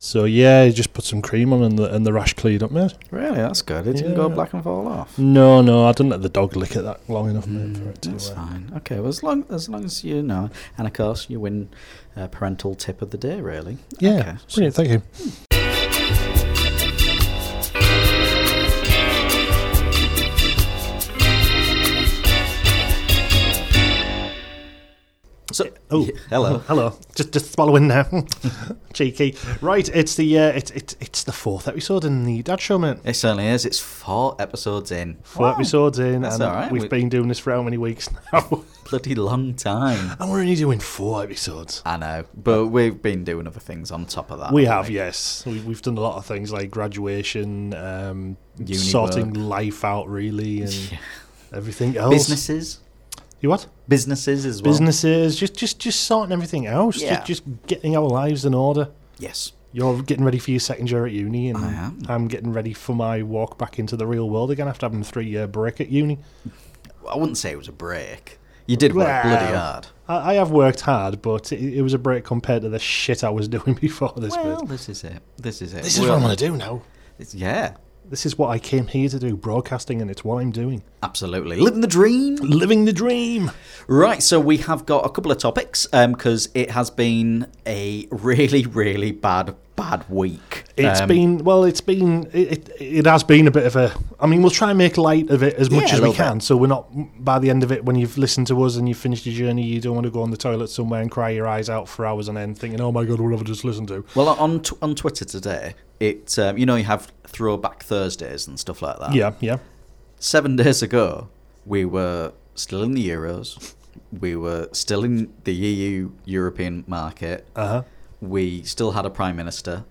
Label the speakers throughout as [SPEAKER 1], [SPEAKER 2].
[SPEAKER 1] So yeah, he just put some cream on and the and the rash cleared up, mate.
[SPEAKER 2] Really, that's good. It didn't go
[SPEAKER 1] Yeah.
[SPEAKER 2] black and fall off.
[SPEAKER 1] No, no, I didn't let the dog lick it that long enough, mate, for it to.
[SPEAKER 2] Mm, That's
[SPEAKER 1] uh,
[SPEAKER 2] fine. Okay, well, as long as long as you know, and of course you win uh, parental tip of the day. Really,
[SPEAKER 1] Yeah,
[SPEAKER 2] Okay.
[SPEAKER 1] brilliant. Thank you.
[SPEAKER 2] So,
[SPEAKER 3] Oh,
[SPEAKER 2] yeah, hello.
[SPEAKER 3] hello. Just just swallowing now. Cheeky. Right, it's the uh, it's it's it's the fourth episode in the Dad Show, mate.
[SPEAKER 2] It certainly is. It's four episodes in.
[SPEAKER 3] Four episodes in,
[SPEAKER 2] That's
[SPEAKER 3] and
[SPEAKER 2] all right.
[SPEAKER 3] we've
[SPEAKER 2] We-
[SPEAKER 3] been doing this for how many weeks now?
[SPEAKER 2] Bloody long time.
[SPEAKER 3] and we're only doing four episodes.
[SPEAKER 2] I know, but we've been doing other things on top of that.
[SPEAKER 3] We
[SPEAKER 2] haven't
[SPEAKER 3] have, yes. We, we've done a lot of things like graduation, um,
[SPEAKER 2] Uni
[SPEAKER 3] sorting life out, really, and
[SPEAKER 2] Yeah.
[SPEAKER 3] everything else.
[SPEAKER 2] Businesses,
[SPEAKER 3] You what?
[SPEAKER 2] businesses as well.
[SPEAKER 3] Businesses, just just just sorting everything out,
[SPEAKER 2] Yeah.
[SPEAKER 3] just, just getting our lives in order.
[SPEAKER 2] Yes.
[SPEAKER 3] You're getting ready for your second year at uni, and
[SPEAKER 2] I am.
[SPEAKER 3] I'm getting ready for my walk back into the real world again after having a three year break at uni.
[SPEAKER 2] I wouldn't say it was a break. You did work bloody
[SPEAKER 3] Well,
[SPEAKER 2] hard.
[SPEAKER 3] I, I have worked hard, but it, it was a break compared to the shit I was doing before this.
[SPEAKER 2] Well,
[SPEAKER 3] bit.
[SPEAKER 2] this is it. This is it.
[SPEAKER 3] This is what I want to do now.
[SPEAKER 2] do. Yeah,
[SPEAKER 3] This is what I came here to do broadcasting, and it's what I'm doing.
[SPEAKER 2] absolutely. Living the dream.
[SPEAKER 3] Living the dream.
[SPEAKER 2] Right, so we have got a couple of topics because it has been a really, really bad, bad week.
[SPEAKER 3] It's
[SPEAKER 2] Um,
[SPEAKER 3] been well. It's been it, it. It has been a bit of a. I mean, we'll try and make light of it as much
[SPEAKER 2] Yeah, a
[SPEAKER 3] as we
[SPEAKER 2] little
[SPEAKER 3] can.
[SPEAKER 2] bit.
[SPEAKER 3] So we're not by the end of it when you've listened to us and you've finished your journey. You don't want to go on the toilet somewhere and cry your eyes out for hours on end, thinking, "Oh my god, what have I just listened to?"
[SPEAKER 2] well on t- on Twitter today. It um, you know you have Throwback Thursdays and stuff like that.
[SPEAKER 3] Yeah, yeah.
[SPEAKER 2] Seven days ago, we were still in the euros. We were still in the EU European market.
[SPEAKER 3] Uh huh.
[SPEAKER 2] we still had a prime minister.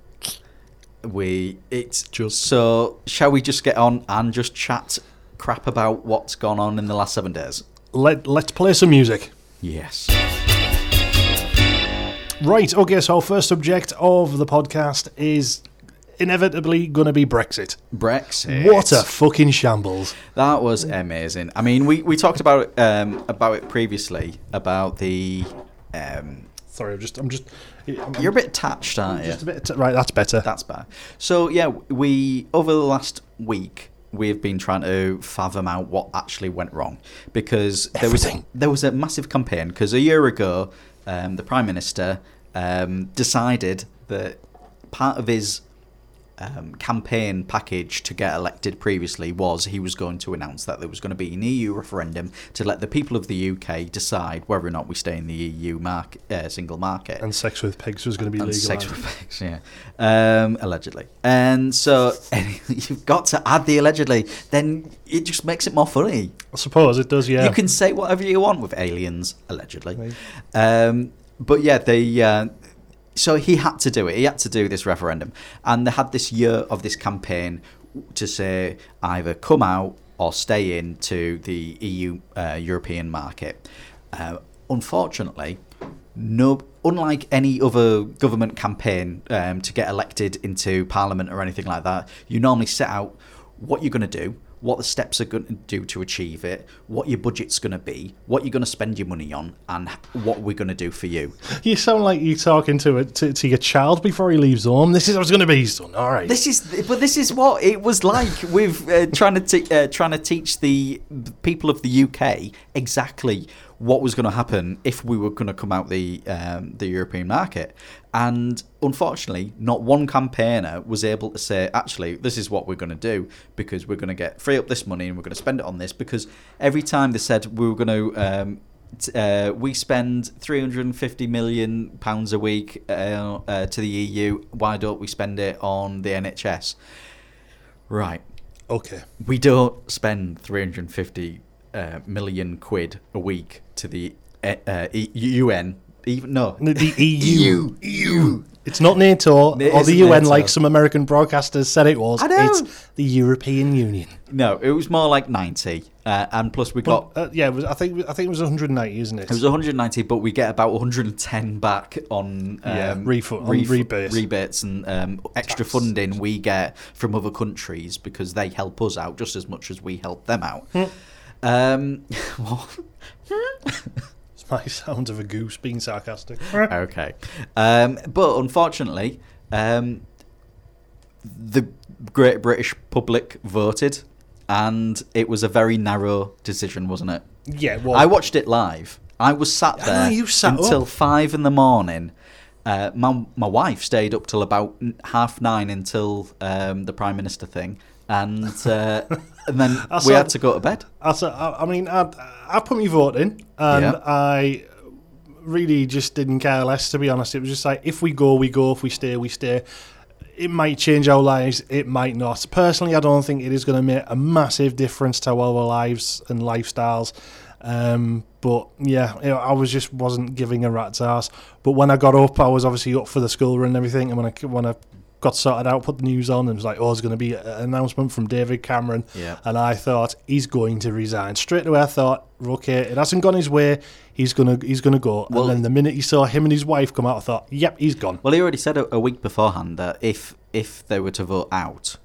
[SPEAKER 2] We it's
[SPEAKER 3] Just-
[SPEAKER 2] so shall we just get on and just chat crap about what's gone on in the last seven days?
[SPEAKER 3] Let Let's play some music.
[SPEAKER 2] Yes.
[SPEAKER 3] Right. Okay. So our first subject of the podcast is inevitably going to be Brexit.
[SPEAKER 2] Brexit.
[SPEAKER 3] What a fucking shambles!
[SPEAKER 2] that was amazing. I mean, we, we talked about it, um, about it previously about the um,
[SPEAKER 3] Sorry, I'm just. I'm just. I'm
[SPEAKER 2] you're a bit attached, aren't you?
[SPEAKER 3] just a bit. right. That's better.
[SPEAKER 2] That's bad. So yeah, we over the last week we've been trying to fathom out what actually went wrong because there
[SPEAKER 3] Everything.
[SPEAKER 2] was there was a massive campaign because a year ago um, the prime minister um, decided that part of his um, campaign package to get elected previously was he was going to announce that there was going to be an EU referendum to let the people of the UK decide whether or not we stay in the EU mark, uh, single market
[SPEAKER 3] and sex with pigs was going to be
[SPEAKER 2] and
[SPEAKER 3] legal.
[SPEAKER 2] sexual facts, Um, yeah, um, allegedly. And so you've got to add the allegedly. Then it just makes it more funny.
[SPEAKER 3] I suppose it does. Yeah.
[SPEAKER 2] You can say whatever you want with aliens, allegedly. Um, but yeah, they. Uh, so he had to do it. He had to do this referendum, and they had this year of this campaign to say either come out or stay in to the EU uh, European market. Uh, unfortunately, no. Unlike any other government campaign um, to get elected into parliament or anything like that, you normally set out what you're going to do, what the steps are going to do to achieve it, what your budget's going to be, what you're going to spend your money on, and what we're going to do for you.
[SPEAKER 3] You sound like you're talking to, a, to to your child before he leaves home. This is how it's going to be, son. All right.
[SPEAKER 2] This is, but this is what it was like with uh, trying to te- uh, trying to teach the people of the UK exactly what was going to happen if we were going to come out the um, the European market. And unfortunately, not one campaigner was able to say, actually, this is what we're going to do because we're going to get free up this money and we're going to spend it on this. Because every time they said we were going to um, t- uh, we spend 350 million pounds a week uh, uh, to the EU. Why don't we spend it on the NHS? Right,
[SPEAKER 3] okay.
[SPEAKER 2] we don't spend 350 uh, million quid a week to the uh, uh, E- UN. Even no,
[SPEAKER 3] The, the
[SPEAKER 2] E
[SPEAKER 3] EU.
[SPEAKER 2] EU. EU.
[SPEAKER 3] It's not NATO
[SPEAKER 2] It
[SPEAKER 3] or the
[SPEAKER 2] isn't
[SPEAKER 3] UN
[SPEAKER 2] NATO.
[SPEAKER 3] like some American broadcasters said it was.
[SPEAKER 2] I know.
[SPEAKER 3] It's the European Union.
[SPEAKER 2] No, it was more like 90, uh, and plus we got.
[SPEAKER 3] Uh, yeah, it was, I think I think it was 190, isn't it?
[SPEAKER 2] It was 190, but we get about 110 back on um,
[SPEAKER 3] Yeah, refu- on rebates.
[SPEAKER 2] rebates and um, extra funding we get from other countries because they help us out just as much as we help them out.
[SPEAKER 3] Hmm.
[SPEAKER 2] um, what?
[SPEAKER 3] It's my sound of a goose being sarcastic.
[SPEAKER 2] okay, um, but unfortunately, Um, the Great British public voted, and it was a very narrow decision, wasn't it?
[SPEAKER 3] Yeah, well,
[SPEAKER 2] I watched it live. I was sat
[SPEAKER 3] I
[SPEAKER 2] there
[SPEAKER 3] know, you sat
[SPEAKER 2] until
[SPEAKER 3] up.
[SPEAKER 2] five in the morning. Uh, my my wife stayed up till about n- half nine until um, the prime minister thing, and uh, and then
[SPEAKER 3] I
[SPEAKER 2] we
[SPEAKER 3] saw-
[SPEAKER 2] had to go to bed.
[SPEAKER 3] I, s- I- I mean, I, I put my vote in, and
[SPEAKER 2] Yeah.
[SPEAKER 3] I really just didn't care less, to be honest. It was just like, if we go, we go. If we stay, we stay. It might change our lives. It might not. Personally, I don't think it is going to make a massive difference to our lives and lifestyles. Um, but yeah, you know, I was just wasn't giving a rat's ass. But when I got up, I was obviously up for the school run and everything. And when I c- when I got sorted out, put the news on, and was like, oh, there's going to be a- an announcement from David Cameron.
[SPEAKER 2] Yeah.
[SPEAKER 3] And I thought he's going to resign straight away. I thought, okay, it hasn't gone his way. He's gonna he's gonna go.
[SPEAKER 2] Well-
[SPEAKER 3] and then the minute you saw him and his wife come out, I thought, yep, he's gone.
[SPEAKER 2] Well, he already said a, a week beforehand that if if they were to vote out,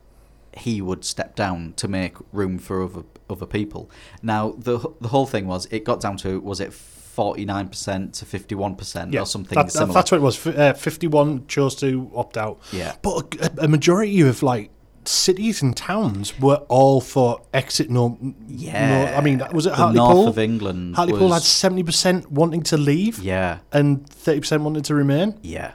[SPEAKER 2] he would step down to make room for other other people. Now the wh- the whole thing was it got down to was it forty nine percent to fifty one percent or something
[SPEAKER 3] that- that-
[SPEAKER 2] similar.
[SPEAKER 3] that's what it was. F- Uh, Fifty-one chose to opt out.
[SPEAKER 2] Yeah.
[SPEAKER 3] but a, a majority of like cities and towns were all for exit. No,
[SPEAKER 2] yeah,
[SPEAKER 3] no, I mean, was it
[SPEAKER 2] the
[SPEAKER 3] Hartlepool?
[SPEAKER 2] north of England?
[SPEAKER 3] Hartlepool had
[SPEAKER 2] was,
[SPEAKER 3] seventy percent wanting to leave
[SPEAKER 2] yeah,
[SPEAKER 3] and thirty percent wanting to remain.
[SPEAKER 2] Yeah.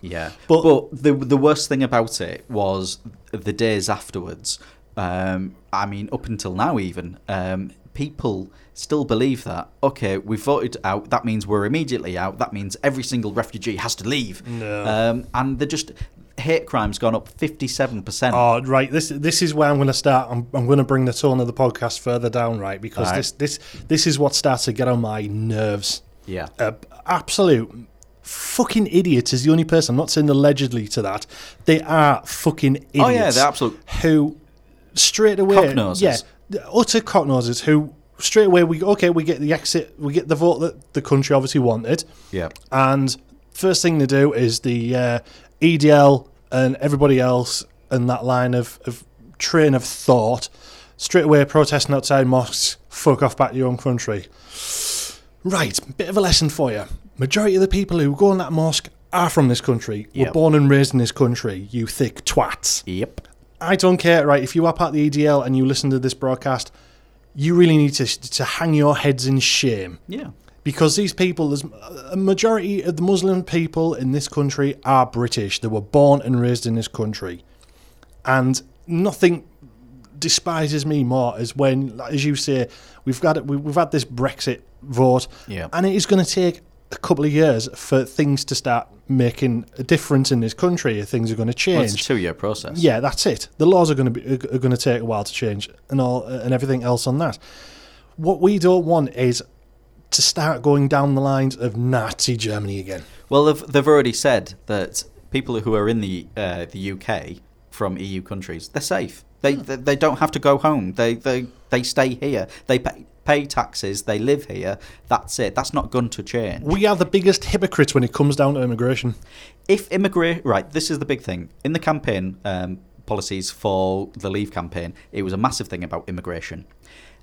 [SPEAKER 2] Yeah. But,
[SPEAKER 3] But-
[SPEAKER 2] the the worst thing about it was the days afterwards. Um, I mean, up until now, even um, people still believe that. Okay, we voted out. That means we're immediately out. That means every single refugee has to leave.
[SPEAKER 3] No.
[SPEAKER 2] Um, and they're just hate crimes gone up fifty seven percent.
[SPEAKER 3] Oh, right. This this is where I'm going to start. I'm, I'm going to bring the tone of the podcast further down, right? Because
[SPEAKER 2] Alright.
[SPEAKER 3] this this this is what starts to get on my nerves.
[SPEAKER 2] Yeah.
[SPEAKER 3] A absolute fucking idiot is the only person. I'm not saying allegedly to that. They are fucking idiots.
[SPEAKER 2] Oh, yeah, they're absolute-
[SPEAKER 3] who straight away
[SPEAKER 2] Cocknoses.
[SPEAKER 3] Yeah, the utter cocknoses who straight away we okay we get the exit we get the vote that the country obviously wanted
[SPEAKER 2] Yeah.
[SPEAKER 3] and first thing they do is the uh, EDL and everybody else and that line of, of train of thought straight away protesting outside mosques. Fuck off back to your own country. Right, bit of a lesson for you. Majority of the people who go in that mosque are from this country.
[SPEAKER 2] Yep.
[SPEAKER 3] Were born and raised in this country. You thick twats.
[SPEAKER 2] Yep.
[SPEAKER 3] I don't care, right? If you are part of the EDL and you listen to this broadcast, you really need to to hang your heads in shame
[SPEAKER 2] Yeah.
[SPEAKER 3] because these people, there's a majority of the Muslim people in this country are British. They were born and raised in this country, and nothing despises me more is when, like, as you say, we've got we- we've had this Brexit vote,
[SPEAKER 2] Yeah.
[SPEAKER 3] and it is going to take a couple of years for things to start making a difference in this country. If things are going to
[SPEAKER 2] Well, it's a
[SPEAKER 3] change.
[SPEAKER 2] two year process.
[SPEAKER 3] Yeah, that's it. The laws are going to be are going to take a while to change, and all and everything else on that. What we don't want is to start going down the lines of Nazi Germany again.
[SPEAKER 2] Well, they've, they've already said that people who are in the uh, the UK from EU countries, they're safe. They, they they don't have to go home. They they they stay here. They pay pay taxes. They live here. That's it. That's not going to change.
[SPEAKER 3] We are the biggest hypocrites when it comes down to immigration.
[SPEAKER 2] if immigrate right, this is the big thing in the campaign um, policies for the Leave campaign. It was a massive thing about immigration.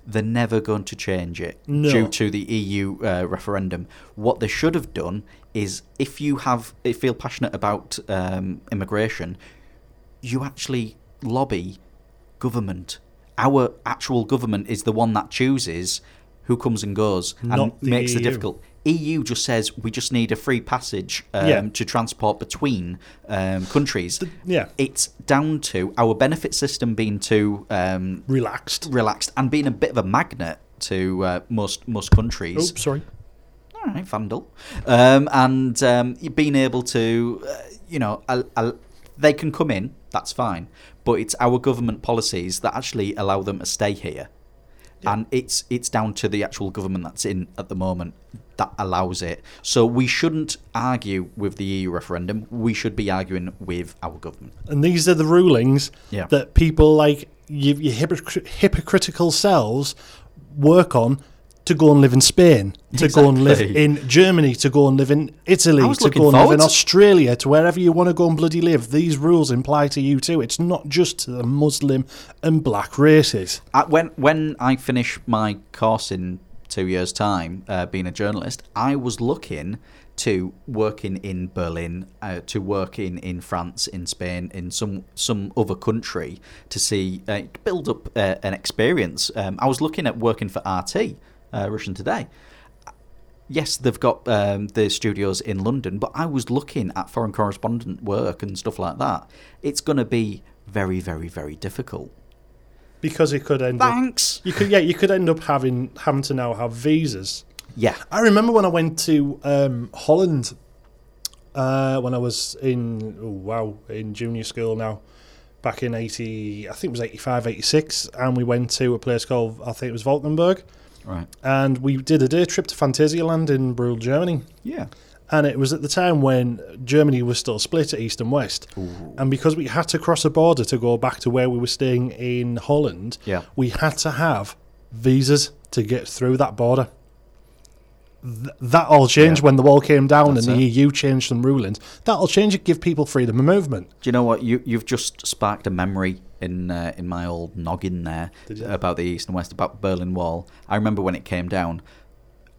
[SPEAKER 2] They're never going to change it
[SPEAKER 3] No.
[SPEAKER 2] due to the EU uh, referendum. What they should have done is, if you have if you feel passionate about um, immigration, you actually lobby government. Our actual government is the one that chooses who comes and goes and
[SPEAKER 3] Not the E
[SPEAKER 2] makes the
[SPEAKER 3] EU.
[SPEAKER 2] difficult. EU E just says we just need a free passage um,
[SPEAKER 3] Yeah.
[SPEAKER 2] to transport between um, countries.
[SPEAKER 3] yeah.
[SPEAKER 2] It's down to our benefit system being too um,
[SPEAKER 3] Relaxed.
[SPEAKER 2] relaxed and being a bit of a magnet to uh, most most countries.
[SPEAKER 3] Oops, sorry.
[SPEAKER 2] All right, Vandal. Um, and um, you've been able to, uh, you know, al- al- they can come in, that's fine. But it's our government policies that actually allow them to stay here. And it's it's down to the actual government that's in at the moment that allows it. So we shouldn't argue with the EU referendum. We should be arguing with our government.
[SPEAKER 3] And these are the rulings
[SPEAKER 2] Yeah.
[SPEAKER 3] that people like your, your hypocr- hypocritical selves work on to go and live in Spain, to go and live
[SPEAKER 2] Exactly.
[SPEAKER 3] in Germany, to go and live in Italy,
[SPEAKER 2] I was
[SPEAKER 3] to
[SPEAKER 2] looking
[SPEAKER 3] go and live in
[SPEAKER 2] forward to-
[SPEAKER 3] Australia, to wherever you want to go and bloody live. These rules imply to you too. It's not just to the Muslim and black races.
[SPEAKER 2] I, when when I finish my course in two years' time, uh, being a journalist, I was looking to working in Berlin, uh, to working in France, in Spain, in some some other country to see uh, build up uh, an experience. Um, I was looking at working for RT uh, Russian Today. Yes, they've got um, the studios in London, but I was looking at foreign correspondent work and stuff like that. It's going to be very, very, very difficult.
[SPEAKER 3] because it could end up,
[SPEAKER 2] Thanks.
[SPEAKER 3] you could yeah you could end up having having to now have visas
[SPEAKER 2] Yeah.
[SPEAKER 3] I remember when I went to um, Holland uh, when I was in oh, wow in junior school now back in 80 I think it was 85 86 and we went to a place called I think it was Valkenburg
[SPEAKER 2] Right.
[SPEAKER 3] and we did a day trip to Fantasialand in rural Germany
[SPEAKER 2] Yeah.
[SPEAKER 3] and it was at the time when Germany was still split at east and west and because we had to cross a border to go back to where we were staying in Holland
[SPEAKER 2] Yeah.
[SPEAKER 3] we had to have visas to get through that border. Th- that all changed
[SPEAKER 2] Yeah.
[SPEAKER 3] when the wall came down
[SPEAKER 2] That's
[SPEAKER 3] and the
[SPEAKER 2] it.
[SPEAKER 3] EU changed some rulings. That all changed and give people freedom of movement.
[SPEAKER 2] Do you know what? You you've just sparked a memory in uh, in my old noggin there
[SPEAKER 3] Did you?
[SPEAKER 2] about the east and west about Berlin Wall. I remember when it came down.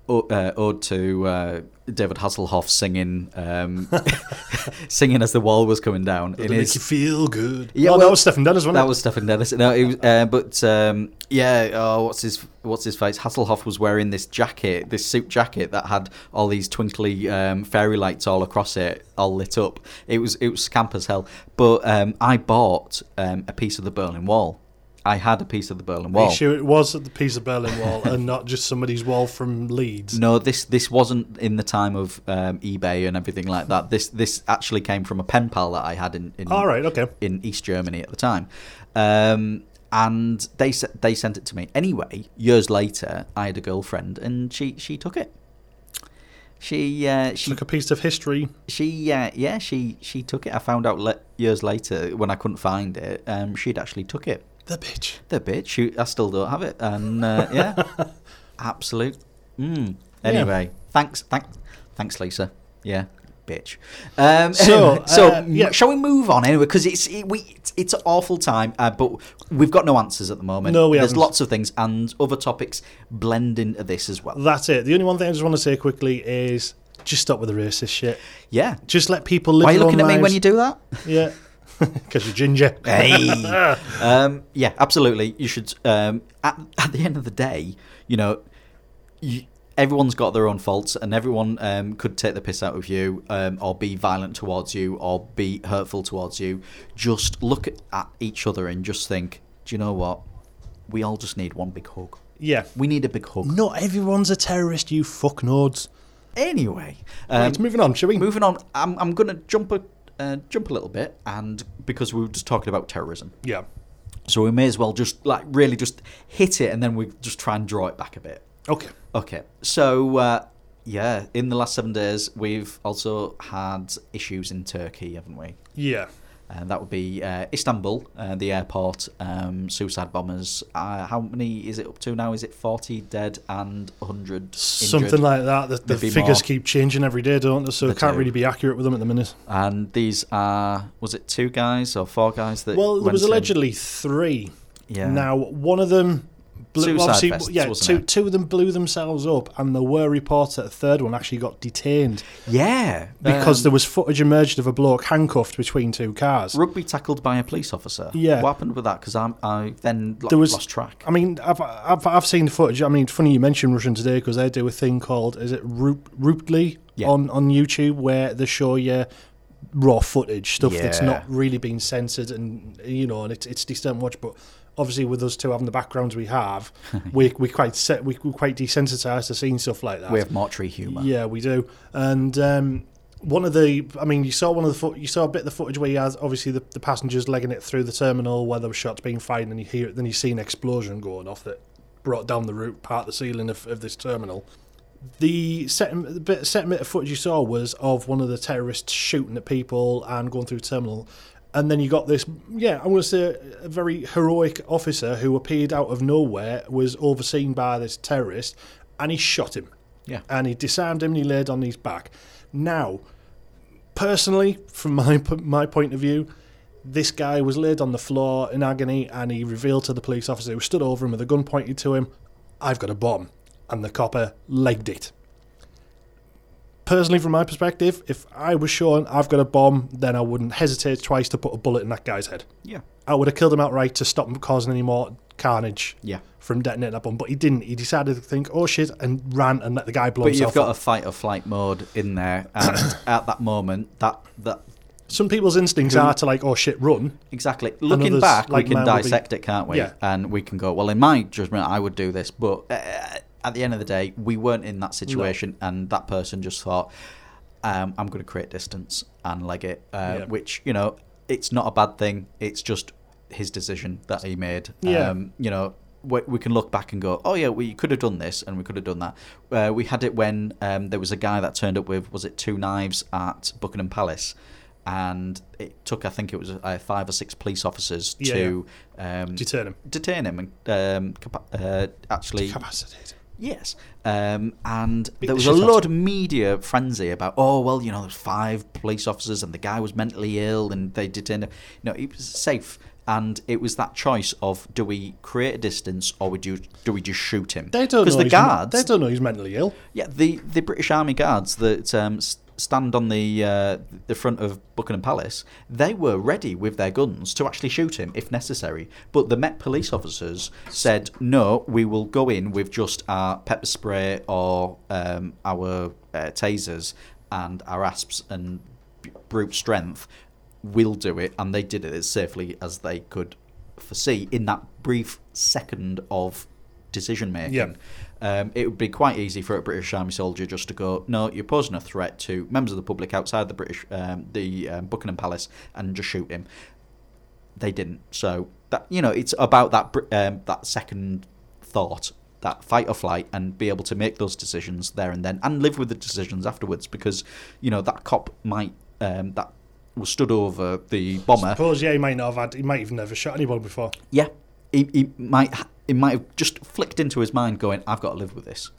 [SPEAKER 2] O- uh, ode to uh, David Hasselhoff singing um, singing as the wall was coming down. in his-
[SPEAKER 3] feel good.
[SPEAKER 2] Yeah,
[SPEAKER 3] Yeah, well, that
[SPEAKER 2] well,
[SPEAKER 3] was Stephen Dennis, wasn't
[SPEAKER 2] that
[SPEAKER 3] it?
[SPEAKER 2] was Stephen Dennis. No, it was, uh, but um, yeah. Oh, what's his what's his face? Hasselhoff was wearing this jacket, this suit jacket that had all these twinkly um, fairy lights all across it, all lit up. It was it was scamp as hell. But um, I bought um, a piece of the Berlin Wall. I had a piece of the Berlin
[SPEAKER 3] Are you
[SPEAKER 2] Wall.
[SPEAKER 3] sure it was at the Pisa Berlin Wall and not just somebody's wall from Leeds.
[SPEAKER 2] No, this this wasn't in the time of um, eBay and everything like that. This this actually came from a pen pal that I had in, in
[SPEAKER 3] All right, okay.
[SPEAKER 2] in East Germany at the time. Um, and they se- they sent it to me. Anyway, years later, I had a girlfriend, and she she took it. She uh,
[SPEAKER 3] It's
[SPEAKER 2] she
[SPEAKER 3] like a piece of history.
[SPEAKER 2] she uh, yeah she she took it. I found out le- years later when I couldn't find it. Um, she'd actually took it.
[SPEAKER 3] The bitch.
[SPEAKER 2] The bitch. She, I still don't have it. And uh, yeah, absolute. Mm.
[SPEAKER 3] Yeah.
[SPEAKER 2] Anyway, thanks thanks thanks Lisa. Yeah. Bitch. Um,
[SPEAKER 3] So,
[SPEAKER 2] so,
[SPEAKER 3] uh, yeah.
[SPEAKER 2] shall we move on anyway? Because it's it, we it's, it's an awful time, uh, but we've got no answers at the moment.
[SPEAKER 3] No, we
[SPEAKER 2] There's
[SPEAKER 3] haven't.
[SPEAKER 2] lots of things and other topics blend into this as well.
[SPEAKER 3] That's it. The only one thing I just want to say quickly is just stop with the racist shit.
[SPEAKER 2] Yeah.
[SPEAKER 3] Just let people live
[SPEAKER 2] Why are you
[SPEAKER 3] their
[SPEAKER 2] looking
[SPEAKER 3] own
[SPEAKER 2] at me when you
[SPEAKER 3] lives.
[SPEAKER 2] do that?
[SPEAKER 3] Yeah. Because you're ginger.
[SPEAKER 2] Hey. um, yeah, absolutely. You should. Um, at, at the end of the day, you know, you, everyone's got their own faults, and everyone um, could take the piss out of you, um, or be violent towards you, or be hurtful towards you. Just look at, at each other and just think, do you know what? We all just need one big hug.
[SPEAKER 3] Yeah.
[SPEAKER 2] We need a big hug.
[SPEAKER 3] Not everyone's a terrorist, you fuck nodes.
[SPEAKER 2] Anyway, um,
[SPEAKER 3] Right, moving on, shall we?
[SPEAKER 2] moving on. I'm, I'm gonna jump a uh, jump a little bit, and because we were just talking about terrorism.
[SPEAKER 3] Yeah.
[SPEAKER 2] So we may as well just like really just hit it and then we just try and draw it back a bit.
[SPEAKER 3] Okay.
[SPEAKER 2] Okay. So uh, yeah, in the last seven days we've also had issues in Turkey, haven't we?
[SPEAKER 3] Yeah.
[SPEAKER 2] And that would be uh, Istanbul, uh, the airport, um, suicide bombers. Uh, how many is it up to now? Is it forty dead and hundred?
[SPEAKER 3] Something like that. The, the
[SPEAKER 2] Maybe
[SPEAKER 3] figures
[SPEAKER 2] more.
[SPEAKER 3] keep changing every day, don't they? So
[SPEAKER 2] They
[SPEAKER 3] I can't
[SPEAKER 2] do.
[SPEAKER 3] really be accurate with them at the minute.
[SPEAKER 2] And these are was it two guys or four guys that?
[SPEAKER 3] Well, there
[SPEAKER 2] went
[SPEAKER 3] was
[SPEAKER 2] in?
[SPEAKER 3] allegedly three.
[SPEAKER 2] Yeah.
[SPEAKER 3] Now, one of them. Blew,
[SPEAKER 2] Suicide
[SPEAKER 3] obviously,
[SPEAKER 2] vests,
[SPEAKER 3] yeah,
[SPEAKER 2] wasn't
[SPEAKER 3] two,
[SPEAKER 2] it?
[SPEAKER 3] two of them blew themselves up, and there were reports that the third one actually got detained
[SPEAKER 2] Yeah.
[SPEAKER 3] because
[SPEAKER 2] Um,
[SPEAKER 3] there was footage emerged of a bloke handcuffed between two cars.
[SPEAKER 2] Rugby tackled by a police officer.
[SPEAKER 3] Yeah.
[SPEAKER 2] What happened with that? Because I then like,
[SPEAKER 3] There was-
[SPEAKER 2] lost track.
[SPEAKER 3] I mean, I've, I've, I've seen the footage. I mean, it's funny you mentioned Russian today because they do a thing called, is it Roop, Rooply
[SPEAKER 2] Yeah.
[SPEAKER 3] on, on YouTube where they show you raw footage, stuff that's
[SPEAKER 2] Yeah.
[SPEAKER 3] not really been censored and, you know, and it's, it's decent to watch. But obviously, with us two having the backgrounds we have, we, we're, quite set, we, we're quite desensitized to seeing stuff like that.
[SPEAKER 2] we have mortuary humour.
[SPEAKER 3] Yeah, we do. And um, one of the, I mean, you saw one of the, foot, you saw a bit of the footage where he has obviously the, the passengers legging it through the terminal where there were shots being fired, and you hear, then you see an explosion going off that brought down the roof, part the ceiling of, of this terminal. The second the bit, second bit of footage you saw was of one of the terrorists shooting at people and going through terminal. And then you got this, yeah, I'm going to say a very heroic officer who appeared out of nowhere, was overseen by this terrorist, and he shot him
[SPEAKER 2] Yeah.
[SPEAKER 3] and he disarmed him and he laid on his back. Now, personally, from my p- my point of view, this guy was laid on the floor in agony and he revealed to the police officer who stood over him with a gun pointed to him, "I've got a bomb," and the copper legged it. personally, from my perspective, if I was Sean, I've got a bomb, then I wouldn't hesitate twice to put a bullet in that guy's head.
[SPEAKER 2] Yeah.
[SPEAKER 3] I would have killed him outright to stop him causing any more carnage
[SPEAKER 2] Yeah.
[SPEAKER 3] from detonating that bomb. But he didn't. He decided to think, oh shit, and ran and let the guy blow
[SPEAKER 2] But
[SPEAKER 3] himself
[SPEAKER 2] you've got a
[SPEAKER 3] up.
[SPEAKER 2] fight or flight mode in there, and at that moment, that that
[SPEAKER 3] Some people's instincts are to like, oh shit, run.
[SPEAKER 2] exactly. Looking
[SPEAKER 3] others,
[SPEAKER 2] back,
[SPEAKER 3] like
[SPEAKER 2] we can
[SPEAKER 3] man, will be-
[SPEAKER 2] dissect it, can't we?
[SPEAKER 3] Yeah.
[SPEAKER 2] And we can go, well, in my judgment, I would do this, but uh, at the end of the day, we weren't in that situation, and that person just thought, um, I'm going to create distance and leg it, uh,
[SPEAKER 3] Yeah.
[SPEAKER 2] which you know, it's not a bad thing. It's just his decision that he made. Um,
[SPEAKER 3] Yeah.
[SPEAKER 2] you know. We we can look back and go, oh yeah, we could have done this and we could have done that. Uh, we had it when um, there was a guy that turned up with was it two knives at Buckingham Palace, and it took I think it was uh, five or six police officers
[SPEAKER 3] Yeah,
[SPEAKER 2] to Um,
[SPEAKER 3] Deter him.
[SPEAKER 2] detain him and um, capa- uh, actually
[SPEAKER 3] Capacitated.
[SPEAKER 2] Yes, um, and
[SPEAKER 3] Beat
[SPEAKER 2] there
[SPEAKER 3] the
[SPEAKER 2] was
[SPEAKER 3] shit
[SPEAKER 2] a
[SPEAKER 3] out of
[SPEAKER 2] lot of media frenzy about, oh well, you know, there's five police officers and the guy was mentally ill and they detained him. No, he was safe, and it was that choice of do we create a distance or we do do we just shoot him?
[SPEAKER 3] They don't know.
[SPEAKER 2] because the
[SPEAKER 3] he's men-
[SPEAKER 2] guards,
[SPEAKER 3] they don't know he's mentally ill.
[SPEAKER 2] yeah, the, the British Army guards that um, s- stand on the uh, the front of Buckingham Palace, they were ready with their guns to actually shoot him if necessary. But the Met police officers said, "No, we will go in with just our pepper spray or um, our uh, tasers and our asps and b- brute strength. We'll do it." And they did it as safely as they could foresee in that brief second of decision making
[SPEAKER 3] Yeah.
[SPEAKER 2] um, it would be quite easy for a British Army soldier just to go, no, you're posing a threat to members of the public outside the British, um, the um, Buckingham Palace, and just shoot him. They didn't. So that you know, it's about that br- um, that second thought, that fight or flight, and be able to make those decisions there and then, and live with the decisions afterwards, because you know that cop might um, that was stood over the bomber
[SPEAKER 3] Suppose, yeah, he might not have had, he might have never shot anyone before.
[SPEAKER 2] yeah, he, he might ha- it might have just flicked into his mind, going, "I've got to live with this."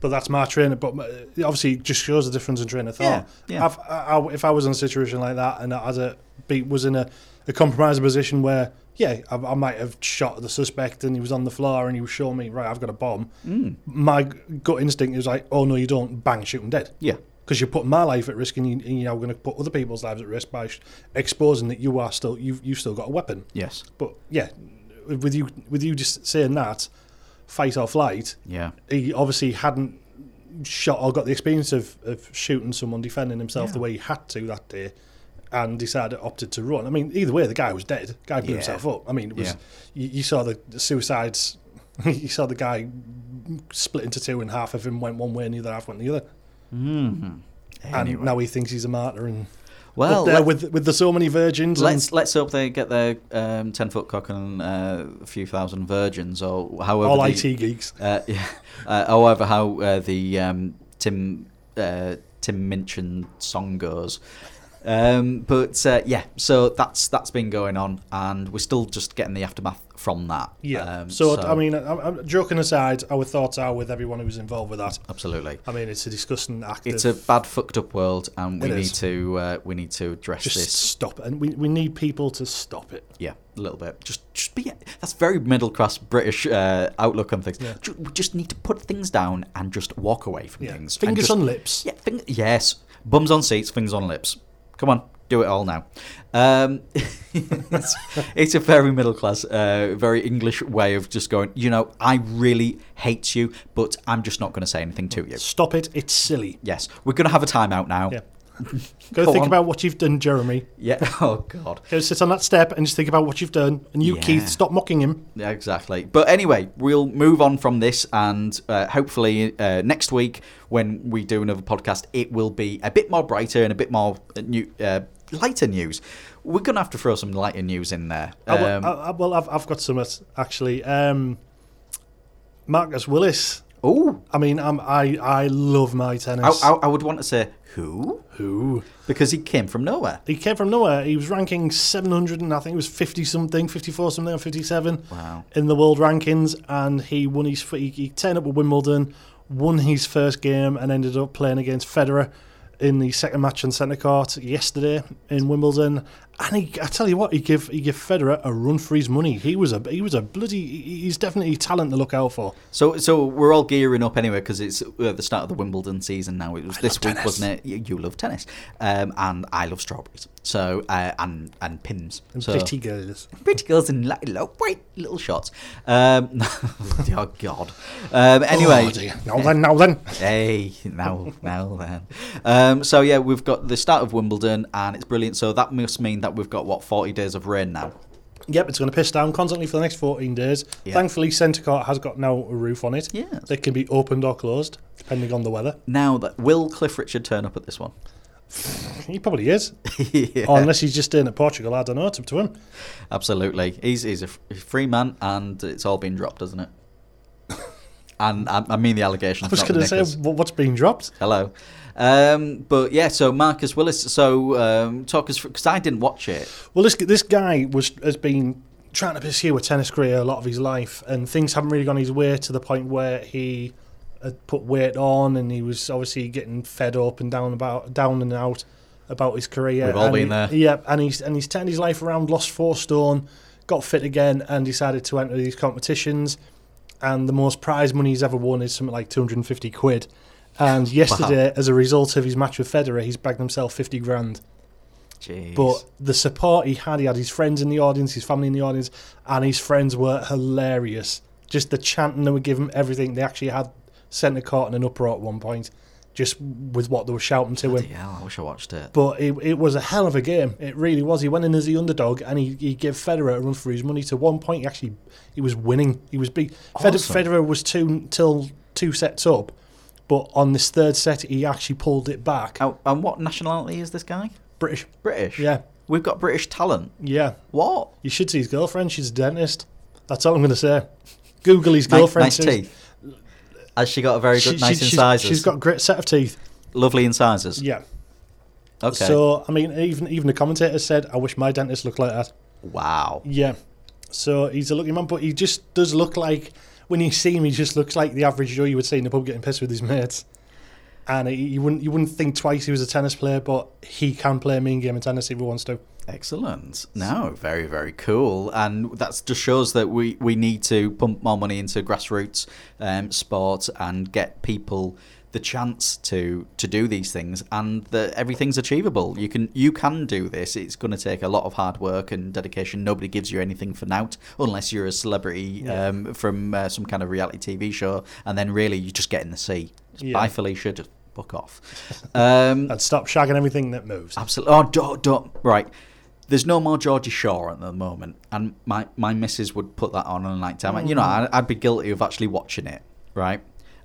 [SPEAKER 3] But that's my train. of- But my- it obviously, it just shows the difference in train of
[SPEAKER 2] Yeah,
[SPEAKER 3] thought.
[SPEAKER 2] yeah.
[SPEAKER 3] I've, I, I, if I was in a situation like that and I had a be, was in a, a compromising position where, yeah, I, I might have shot the suspect and he was on the floor and he was showing me, right, I've got a bomb.
[SPEAKER 2] Mm.
[SPEAKER 3] My gut instinct is like, oh no, you don't, bang, shoot him dead.
[SPEAKER 2] Yeah,
[SPEAKER 3] Because you're putting my life at risk and, you, and you're now going to put other people's lives at risk by sh- exposing that you are still you've you've still got a weapon.
[SPEAKER 2] yes,
[SPEAKER 3] But yeah, with you with you just saying that, fight or flight
[SPEAKER 2] yeah,
[SPEAKER 3] he obviously hadn't shot or got the experience of, of shooting someone, defending himself the
[SPEAKER 2] Yeah.
[SPEAKER 3] way he had to that day, and decided opted to run. I mean, either way, the guy was dead. guy blew
[SPEAKER 2] Yeah.
[SPEAKER 3] himself up. I mean, it was
[SPEAKER 2] Yeah.
[SPEAKER 3] you, you saw the, the suicides. you saw the guy split into two, and half of him went one way, and the other half went the other. And now he thinks he's a martyr, and
[SPEAKER 2] Mm-hmm. well,
[SPEAKER 3] up there
[SPEAKER 2] let,
[SPEAKER 3] with with the so many virgins. and-
[SPEAKER 2] us let's hope they get their um, ten foot cock and uh, a few thousand virgins, or however
[SPEAKER 3] all
[SPEAKER 2] the-
[SPEAKER 3] IT geeks.
[SPEAKER 2] Uh, yeah. Uh, however, how uh, the um, Tim uh, Tim Minchin song goes. Um, but uh, yeah, so that's that's been going on, and we're still just getting the aftermath from that.
[SPEAKER 3] Yeah.
[SPEAKER 2] Um,
[SPEAKER 3] so, I mean, I, I'm joking aside, our thoughts are with everyone who was involved with that.
[SPEAKER 2] absolutely.
[SPEAKER 3] I mean, it's a disgusting act.
[SPEAKER 2] It's
[SPEAKER 3] of,
[SPEAKER 2] a bad fucked up world, and we
[SPEAKER 3] It
[SPEAKER 2] need
[SPEAKER 3] is.
[SPEAKER 2] to uh, we need to address
[SPEAKER 3] just
[SPEAKER 2] this.
[SPEAKER 3] stop it. And we, we need people to stop it.
[SPEAKER 2] Yeah, a little bit. Just, just be. That's very middle class British uh, outlook on things.
[SPEAKER 3] Yeah.
[SPEAKER 2] Ju- We just need to put things down and just walk away from
[SPEAKER 3] Yeah.
[SPEAKER 2] things. and
[SPEAKER 3] Fingers
[SPEAKER 2] just-
[SPEAKER 3] on lips.
[SPEAKER 2] Yeah, fing- yes. Bums on seats, fingers on lips. Come on, do it all now. Um, it's, it's a very middle class, uh, very English way of just going. You know, I really hate you, but I'm just not going to say anything to you.
[SPEAKER 3] Stop it. It's silly.
[SPEAKER 2] Yes, we're going to have a timeout now.
[SPEAKER 3] Yeah. Go,
[SPEAKER 2] Go
[SPEAKER 3] think
[SPEAKER 2] on.
[SPEAKER 3] about what you've done, Jeremy.
[SPEAKER 2] yeah. Oh God.
[SPEAKER 3] Go sit on that step and just think about what you've done. And you,
[SPEAKER 2] Yeah.
[SPEAKER 3] Keith, stop mocking him.
[SPEAKER 2] Yeah, exactly. But anyway, we'll move on from this, and uh, hopefully uh, next week when we do another podcast, it will be a bit more brighter and a bit more uh, new, uh, lighter news. We're gonna have to throw some lighter news in there.
[SPEAKER 3] I will-
[SPEAKER 2] Um,
[SPEAKER 3] I, I, well, I've, I've got some uh, actually. Um, Marcus Willis.
[SPEAKER 2] oh,
[SPEAKER 3] I mean, I'm, I I love my
[SPEAKER 2] I,
[SPEAKER 3] tennis.
[SPEAKER 2] I, I would want to say who
[SPEAKER 3] Who?
[SPEAKER 2] because he came from nowhere.
[SPEAKER 3] He came from nowhere. He was ranking 700 and I think it was 50 something, 54 something, or 57
[SPEAKER 2] Wow.
[SPEAKER 3] in the world rankings. And he won his he, he turned up at Wimbledon, won his first game, and ended up playing against Federer in the second match on centre court yesterday in Wimbledon. And he, I tell you what, he give he give Federer a run for his money. He was a he was a bloody he- he's definitely talent to look out for.
[SPEAKER 2] So, so we're all gearing up anyway because it's uh, the start of the Wimbledon season now. It was this week,
[SPEAKER 3] tennis.
[SPEAKER 2] wasn't it? You, you love tennis, um, and I love strawberries. So, uh, and and pins.
[SPEAKER 3] And
[SPEAKER 2] so,
[SPEAKER 3] pretty girls.
[SPEAKER 2] pretty girls in like little white little shots. Um, oh God. Um, anyway,
[SPEAKER 3] Oh, dear. now then, now then.
[SPEAKER 2] Hey, now, now then. Um, so yeah, we've got the start of Wimbledon, and it's brilliant. So that must mean that we've got what forty days of rain now.
[SPEAKER 3] Yep, it's going to piss down constantly for the next 14 days.
[SPEAKER 2] Yeah.
[SPEAKER 3] Thankfully, centre court has got now a roof on it.
[SPEAKER 2] Yes.
[SPEAKER 3] It can be opened or closed, depending on the weather.
[SPEAKER 2] Now that will Cliff Richard turn up at this one?
[SPEAKER 3] He probably is.
[SPEAKER 2] Yeah.
[SPEAKER 3] Or unless he's just staying at Portugal, I don't know, it's up to him.
[SPEAKER 2] Absolutely, he's he's a f- free man, and it's all been dropped, doesn't it? and I, I mean the allegations.
[SPEAKER 3] I was
[SPEAKER 2] not the
[SPEAKER 3] going to say,
[SPEAKER 2] knickers.
[SPEAKER 3] wh- what's been dropped?
[SPEAKER 2] hello. Um, but yeah, so Marcus Willis. So um, talk us because I didn't watch it.
[SPEAKER 3] Well, this this guy was has been trying to pursue a tennis career a lot of his life, and things haven't really gone his way to the point where he had put weight on, and he was obviously getting fed up and down about down and out about his career.
[SPEAKER 2] We've all
[SPEAKER 3] and
[SPEAKER 2] been
[SPEAKER 3] he-
[SPEAKER 2] there.
[SPEAKER 3] Yep, and he's and he's turned his life around, lost four stone, got fit again, and decided to enter these competitions. And the most prize money he's ever won is something like 250 quid. And yesterday, as a result of his match with Federer, he's bagged himself 50 grand.
[SPEAKER 2] Jeez.
[SPEAKER 3] But the support he had, he had his friends in the audience, his family in the audience, and his friends were hilarious. Just the chanting they would give him everything. They actually had centre court and an uproar at one point, just with what they were shouting to him.
[SPEAKER 2] yeah, I wish I watched it.
[SPEAKER 3] But it, it was a hell of a game. It really was. He went in as the underdog and he, he gave Federer a run for his money. To one point, he actually he was winning. He was beat. Fed-
[SPEAKER 2] Awesome.
[SPEAKER 3] Federer was two till two sets up, but on this third set, he actually pulled it back.
[SPEAKER 2] Oh, and what nationality is this guy?
[SPEAKER 3] British.
[SPEAKER 2] British.
[SPEAKER 3] Yeah.
[SPEAKER 2] We've got British talent.
[SPEAKER 3] Yeah.
[SPEAKER 2] What?
[SPEAKER 3] You should see his girlfriend. She's a dentist. That's all I'm going to say. Google his girlfriend.
[SPEAKER 2] nice, nice
[SPEAKER 3] she's-
[SPEAKER 2] teeth. Has she got a very
[SPEAKER 3] she-
[SPEAKER 2] good,
[SPEAKER 3] she-
[SPEAKER 2] nice
[SPEAKER 3] she's-
[SPEAKER 2] incisors?
[SPEAKER 3] she's got a great set of teeth.
[SPEAKER 2] lovely incisors.
[SPEAKER 3] Yeah.
[SPEAKER 2] Okay.
[SPEAKER 3] So I mean, even even the commentator said, "I wish my dentist looked like that."
[SPEAKER 2] wow.
[SPEAKER 3] Yeah. So he's a lucky man, but he just does look like when you see him, he just looks like the average Joe you would see in the pub getting pissed with his mates. And he, you wouldn't you wouldn't think twice he was a tennis player, but he can play a mean game of tennis if he wants to.
[SPEAKER 2] Excellent. No, very, very cool. And that just shows that we, we need to pump more money into grassroots um, sports and get people the chance to to do these things and that everything's achievable. You can you can do this. It's going to take a lot of hard work and dedication. Nobody gives you anything for nout unless you're a celebrity
[SPEAKER 3] Yeah.
[SPEAKER 2] um, from uh, some kind of reality TV show. And then really you just get in the sea. Just
[SPEAKER 3] Yeah.
[SPEAKER 2] Bye Felicia, just book off. Um,
[SPEAKER 3] And stop shagging everything that moves.
[SPEAKER 2] Absolutely. Oh, don't, don't. Right. There's no more Georgie Shaw at the moment, and my my missus would put that on on the night time. You know, I'd, I'd be guilty of actually watching it, right?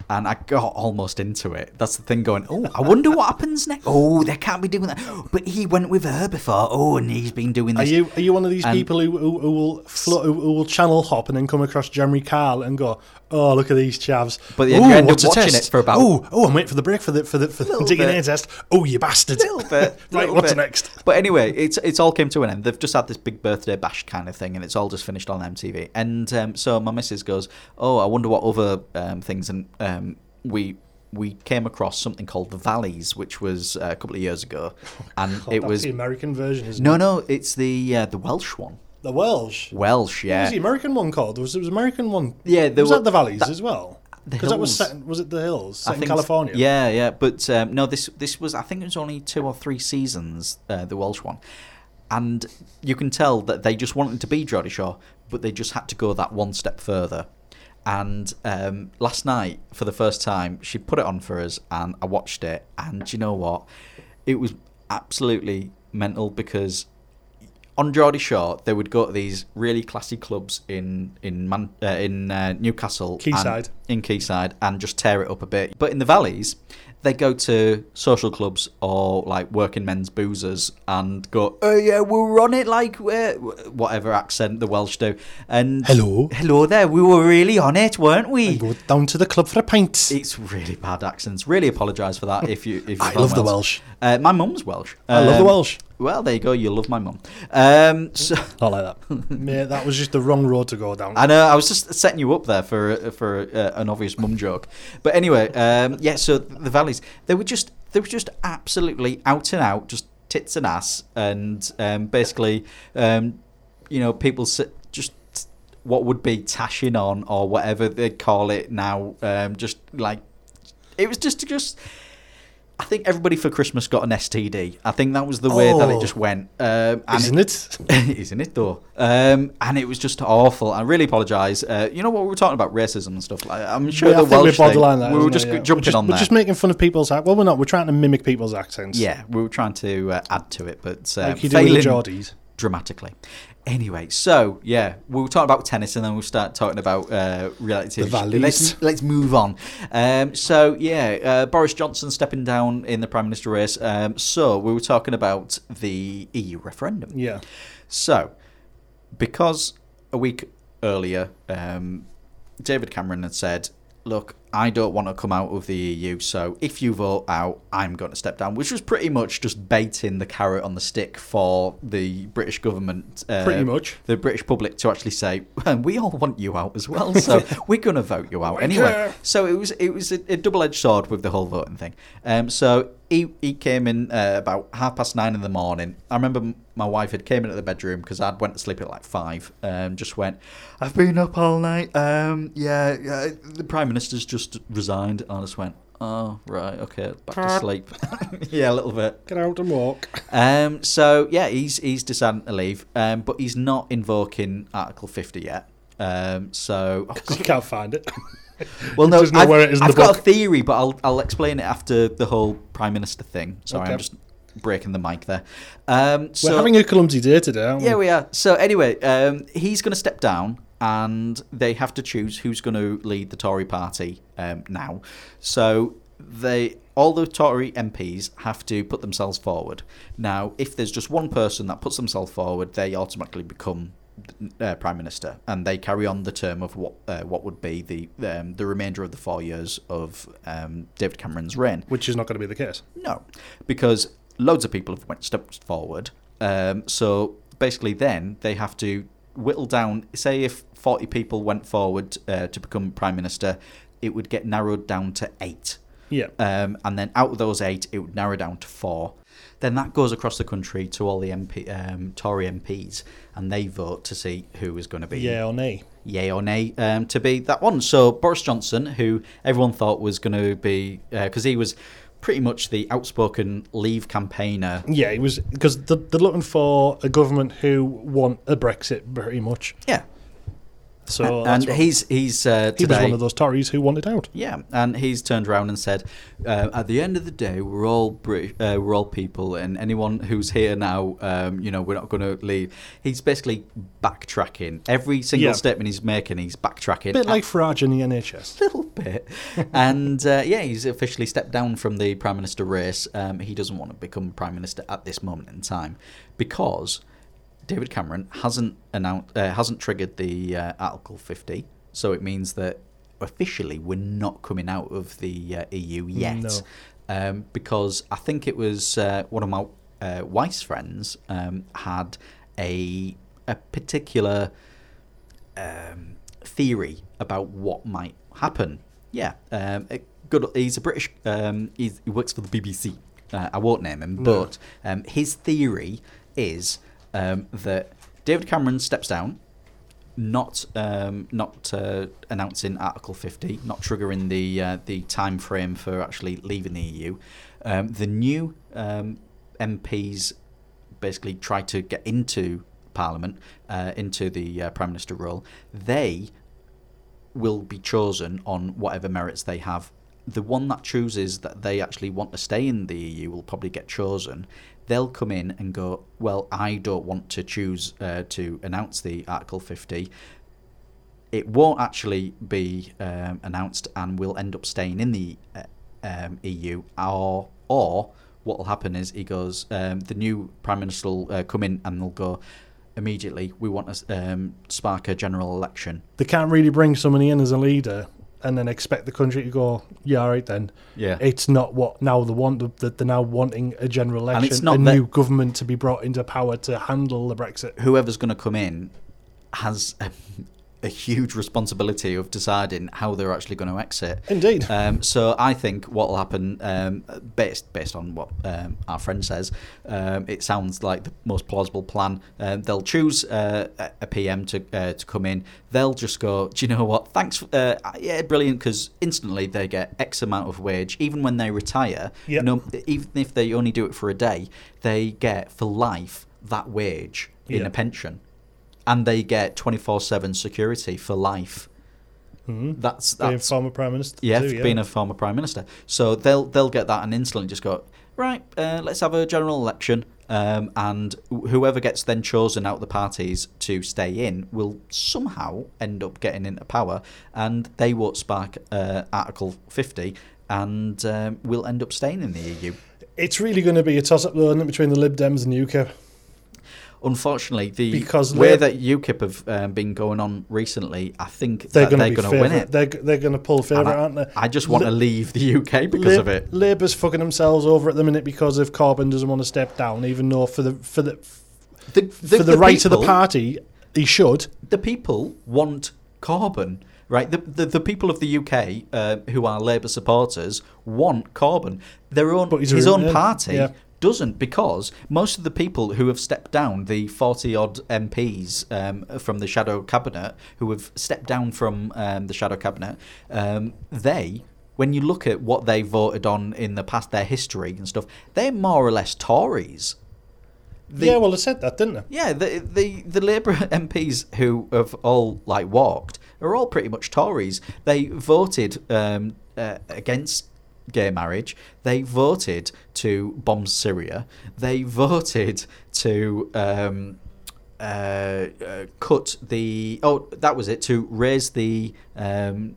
[SPEAKER 2] And I got almost into it. That's the thing going. Oh, I wonder what happens next. Oh, they can't be doing that. But he went with her before. Oh, and he's been doing
[SPEAKER 3] Are
[SPEAKER 2] this.
[SPEAKER 3] you are you one of these
[SPEAKER 2] And-
[SPEAKER 3] people who, who, who will flo- who, who will channel hop and then come across Jeremy Carl and go, oh look at these chavs?
[SPEAKER 2] But then you
[SPEAKER 3] Ooh,
[SPEAKER 2] end up
[SPEAKER 3] what's a
[SPEAKER 2] watching
[SPEAKER 3] test?
[SPEAKER 2] it for about-
[SPEAKER 3] oh oh I'm waiting for the break for the for the, for the
[SPEAKER 2] Little
[SPEAKER 3] DNA
[SPEAKER 2] bit.
[SPEAKER 3] test. Oh you bastard!
[SPEAKER 2] little bit.
[SPEAKER 3] right,
[SPEAKER 2] little
[SPEAKER 3] what's
[SPEAKER 2] bit.
[SPEAKER 3] next?
[SPEAKER 2] But anyway, it's it's all came to an end. They've just had this big birthday bash kind of thing, and it's all just finished on MTV. And um, so my missus goes, "Oh, I wonder what other um, things." And um, we we came across something called the Valleys, which was uh, a couple of years ago, and
[SPEAKER 3] God,
[SPEAKER 2] it
[SPEAKER 3] that's
[SPEAKER 2] was
[SPEAKER 3] the American version, isn't
[SPEAKER 2] no,
[SPEAKER 3] it?
[SPEAKER 2] no, it's the uh, the Welsh one.
[SPEAKER 3] The Welsh. What
[SPEAKER 2] Welsh,
[SPEAKER 3] was the
[SPEAKER 2] yeah.
[SPEAKER 3] American one called? There was there was American one.
[SPEAKER 2] Yeah, there
[SPEAKER 3] was
[SPEAKER 2] wa-
[SPEAKER 3] that the Valleys
[SPEAKER 2] that-
[SPEAKER 3] as well?
[SPEAKER 2] the
[SPEAKER 3] Because that was
[SPEAKER 2] Hills.
[SPEAKER 3] set, in- was it the Hills
[SPEAKER 2] I
[SPEAKER 3] set in
[SPEAKER 2] think-
[SPEAKER 3] California?
[SPEAKER 2] Yeah, yeah, but um, no, this this was I think it was only two or three seasons, uh, the Welsh one, and you can tell that they just wanted to be Geordie Shore, but they just had to go that one step further. And um, last night, for the first time, she put it on for us, and I watched it. And do you know what? It was absolutely mental because on Geordie Shore, they would go to these really classy clubs in in Man- uh, in uh, Newcastle, and-
[SPEAKER 3] Quayside.
[SPEAKER 2] in Quayside, and just tear it up a bit. But in the valleys, they go to social clubs or like working men's boozers and go, "Oh yeah, we were on it," like we're, whatever accent the Welsh do. And
[SPEAKER 3] Hello.
[SPEAKER 2] hello there, we were really on it, weren't
[SPEAKER 3] I
[SPEAKER 2] we?
[SPEAKER 3] go down to the club for a pint.
[SPEAKER 2] It's really bad accents. Really apologise for that if you. If you're
[SPEAKER 3] I
[SPEAKER 2] from
[SPEAKER 3] love the Welsh.
[SPEAKER 2] Uh, my mum's Welsh.
[SPEAKER 3] I love the
[SPEAKER 2] Um,
[SPEAKER 3] Welsh.
[SPEAKER 2] Well, there you go. You love my mum. Um, so,
[SPEAKER 3] Not like that. Mate, that was just the wrong road to go down.
[SPEAKER 2] I know. I was just setting you up there for for uh, an obvious mum joke, but anyway, um, yeah. So the valleys, they were just they were just absolutely out and out, just tits and ass, and um, basically, um, you know, people s- just what would be tashing on or whatever they call it now. Um, just like it was just just. I think everybody for Christmas got an STD. I think that was the way that it
[SPEAKER 3] Oh.
[SPEAKER 2] just went. Um, and
[SPEAKER 3] isn't it?
[SPEAKER 2] isn't it though? Um, and it was just awful. I really apologise. Uh, you know what we were talking about racism and stuff. Like, I'm sure
[SPEAKER 3] Yeah, I
[SPEAKER 2] the
[SPEAKER 3] think we're
[SPEAKER 2] Welsh
[SPEAKER 3] borderline
[SPEAKER 2] thing,
[SPEAKER 3] that,
[SPEAKER 2] we were
[SPEAKER 3] isn't
[SPEAKER 2] just
[SPEAKER 3] it? Yeah.
[SPEAKER 2] jumping
[SPEAKER 3] we're just,
[SPEAKER 2] on
[SPEAKER 3] We're
[SPEAKER 2] that.
[SPEAKER 3] just making fun of people's accents. Well, we're not. We're trying to mimic people's accents.
[SPEAKER 2] yeah, we were trying to uh, add to it, but uh,
[SPEAKER 3] like you do with the
[SPEAKER 2] failing
[SPEAKER 3] Geordies.
[SPEAKER 2] dramatically. Anyway, so yeah, we were talking about tennis, and then we'll start talking about uh, reality.
[SPEAKER 3] The valleys.
[SPEAKER 2] Let's let's move on. Um, so yeah, uh, Boris Johnson stepping down in the prime minister race. Um, so we were talking about the EU referendum.
[SPEAKER 3] Yeah.
[SPEAKER 2] So, because a week earlier, um, David Cameron had said, Look, I don't want to come out of the EU, so if you vote out, I'm going to step down, which was pretty much just baiting the carrot on the stick for the British government. Uh,
[SPEAKER 3] Pretty much.
[SPEAKER 2] The British public to actually say, We all want you out as well, so we're going to vote you out anyway.
[SPEAKER 3] care.
[SPEAKER 2] So it was it was a, a double edged sword with the whole voting thing. Um, so he he came in uh, about half past nine in the morning. I remember m- my wife had came into the bedroom because I'd went to sleep at like five. Um, just went. I've been up all night. Um, yeah, yeah. The prime minister's just resigned. And I just went. Oh right, okay, back to sleep. yeah, a little bit.
[SPEAKER 3] Get out and walk.
[SPEAKER 2] Um, so yeah, he's he's deciding to leave, um, but he's not invoking Article 50 yet. Um, so
[SPEAKER 3] you can't find it.
[SPEAKER 2] Well,
[SPEAKER 3] It
[SPEAKER 2] no,
[SPEAKER 3] doesn't know
[SPEAKER 2] I've,
[SPEAKER 3] where it is in
[SPEAKER 2] I've
[SPEAKER 3] the
[SPEAKER 2] got a
[SPEAKER 3] book.
[SPEAKER 2] theory, but I'll I'll explain it after the whole prime minister thing. Sorry, I'm
[SPEAKER 3] Okay.
[SPEAKER 2] just breaking the mic there. Um, so
[SPEAKER 3] We're having a clumsy day today, aren't we?
[SPEAKER 2] yeah, we are. So anyway, um, he's going to step down, and they have to choose who's going to lead the Tory party um, now. So they all the Tory MPs have to put themselves forward. Now, if there's just one person that puts themselves forward, they automatically become uh, prime minister, and they carry on the term of what uh, what would be the um, the remainder of the four years of um, David Cameron's reign.
[SPEAKER 3] Which is not going to be the case.
[SPEAKER 2] No, because loads of people have went stepped forward. Um, so basically, then they have to whittle down. Say if forty people went forward uh, to become prime minister, it would get narrowed down to eight.
[SPEAKER 3] Yeah.
[SPEAKER 2] Um, and then out of those eight, it would narrow down to four. Then that goes across the country to all the MP, um, Tory MPs, and they vote to see who is going to be
[SPEAKER 3] yeah or nay.
[SPEAKER 2] yay or nay um, to be that one. So Boris Johnson, who everyone thought was going to be, because he was pretty much the outspoken Leave campaigner.
[SPEAKER 3] Yeah, it was because they're, they're looking for a government who want a Brexit pretty much.
[SPEAKER 2] Yeah,
[SPEAKER 3] So that's
[SPEAKER 2] and
[SPEAKER 3] what-
[SPEAKER 2] he's he's uh,
[SPEAKER 3] he was
[SPEAKER 2] today-
[SPEAKER 3] one of those Tories who wanted out.
[SPEAKER 2] Yeah, and he's turned around and said, uh, "At the end of the day, we're all British, uh, we're all people, and anyone who's here now, um, you know, we're not going to leave." He's basically backtracking every single
[SPEAKER 3] Yeah.
[SPEAKER 2] statement he's making. He's backtracking,
[SPEAKER 3] A bit like Farage in the NHS.
[SPEAKER 2] little bit. and uh, yeah, he's officially stepped down from the prime minister race. Um, he doesn't want to become prime minister at this moment in time because David Cameron hasn't announced, uh, hasn't triggered the uh, Article 50. So it means that officially we're not coming out of the uh, EU yet.
[SPEAKER 3] No.
[SPEAKER 2] Um, because I think it was uh, one of my uh, wife's friends um, had a a particular um, theory about what might happen. Yeah, um, a good. He's a British. Um, he's, he works for the BBC. Uh, I won't name him, but um, his theory is um, that David Cameron steps down, not um, not uh, announcing Article 50, not triggering the uh, the time frame for actually leaving the EU. Um, the new um, MPs basically try to get into Parliament, uh, into the uh, Prime Minister role. They will be chosen on whatever merits they have. The one that chooses that they actually want to stay in the EU will probably get chosen. They'll come in and go, Well, I don't want to choose uh, to announce the Article 50. It won't actually be um, announced and will end up staying in the uh, um, EU. Or, or what will happen is he goes, um, The new Prime Minister will uh, come in and they'll go, Immediately, we want to um, spark a general election.
[SPEAKER 3] They can't really bring somebody in as a leader and then expect the country to go, yeah, all right then.
[SPEAKER 2] Yeah.
[SPEAKER 3] It's not what now they want. That they're now wanting a general election,
[SPEAKER 2] it's not
[SPEAKER 3] a
[SPEAKER 2] that-
[SPEAKER 3] new government to be brought into power to handle the Brexit.
[SPEAKER 2] whoever's going to come in has a, a huge responsibility of deciding how they're actually going to exit.
[SPEAKER 3] Indeed.
[SPEAKER 2] Um, so I think what will happen, um, based based on what um, our friend says, um, it sounds like the most plausible plan. Um, they'll choose uh, a- a PM to uh, to come in. They'll just go, do you know what? Thanks, for, uh, yeah, brilliant, because instantly they get X amount of wage, even when they retire.
[SPEAKER 3] Yep.
[SPEAKER 2] No, even if they only do it for a day, they get for life that wage in
[SPEAKER 3] Yeah.
[SPEAKER 2] a pension, and they get twenty four seven security for life.
[SPEAKER 3] Mhm.
[SPEAKER 2] That's
[SPEAKER 3] Being
[SPEAKER 2] that's
[SPEAKER 3] former prime minister.
[SPEAKER 2] yeah,
[SPEAKER 3] too,
[SPEAKER 2] being a former prime minister. So they'll they'll get that and instantly just go right. Uh, let's have a general election, um, and wh- whoever gets then chosen out of the parties to stay in will somehow end up getting into power, and they won't spark uh, Article Fifty, and um, will end up staying in the E EU.
[SPEAKER 3] It's really going to be a toss up though, isn't it, between the Lib Dems and UKIP.
[SPEAKER 2] Unfortunately, the
[SPEAKER 3] Because
[SPEAKER 2] way
[SPEAKER 3] they're-
[SPEAKER 2] that UKIP have um, been going on recently, I think
[SPEAKER 3] They're
[SPEAKER 2] that they're
[SPEAKER 3] going to be
[SPEAKER 2] going to win
[SPEAKER 3] favourite.
[SPEAKER 2] it.
[SPEAKER 3] They're, they're going to pull
[SPEAKER 2] And
[SPEAKER 3] favourite,
[SPEAKER 2] I,
[SPEAKER 3] aren't they?
[SPEAKER 2] I just want to
[SPEAKER 3] Li-
[SPEAKER 2] leave the UK because
[SPEAKER 3] Lib-
[SPEAKER 2] of it.
[SPEAKER 3] Labour's fucking themselves over at the minute because if Corbyn doesn't want to step down, even though for the for the
[SPEAKER 2] The,
[SPEAKER 3] for the, right of the
[SPEAKER 2] people-
[SPEAKER 3] party he should.
[SPEAKER 2] the people want Corbyn, right? The, the, the people of the UK uh, who are Labour supporters want Corbyn. Their own
[SPEAKER 3] But he's
[SPEAKER 2] his own
[SPEAKER 3] ruined it.
[SPEAKER 2] party
[SPEAKER 3] Yeah.
[SPEAKER 2] doesn't because most of the people who have stepped down, the forty odd MPs um, from the shadow cabinet who have stepped down from um, the shadow cabinet, um, they. When you look at what they voted on in the past, their history and stuff, they're more or less Tories. The-
[SPEAKER 3] yeah, well, they said that, didn't they?
[SPEAKER 2] yeah, the the the Labour MPs who have all like walked are all pretty much Tories. They voted um, uh, against gay marriage. They voted to bomb Syria. They voted to. Um, uh, uh, cut the oh that was it to raise the um,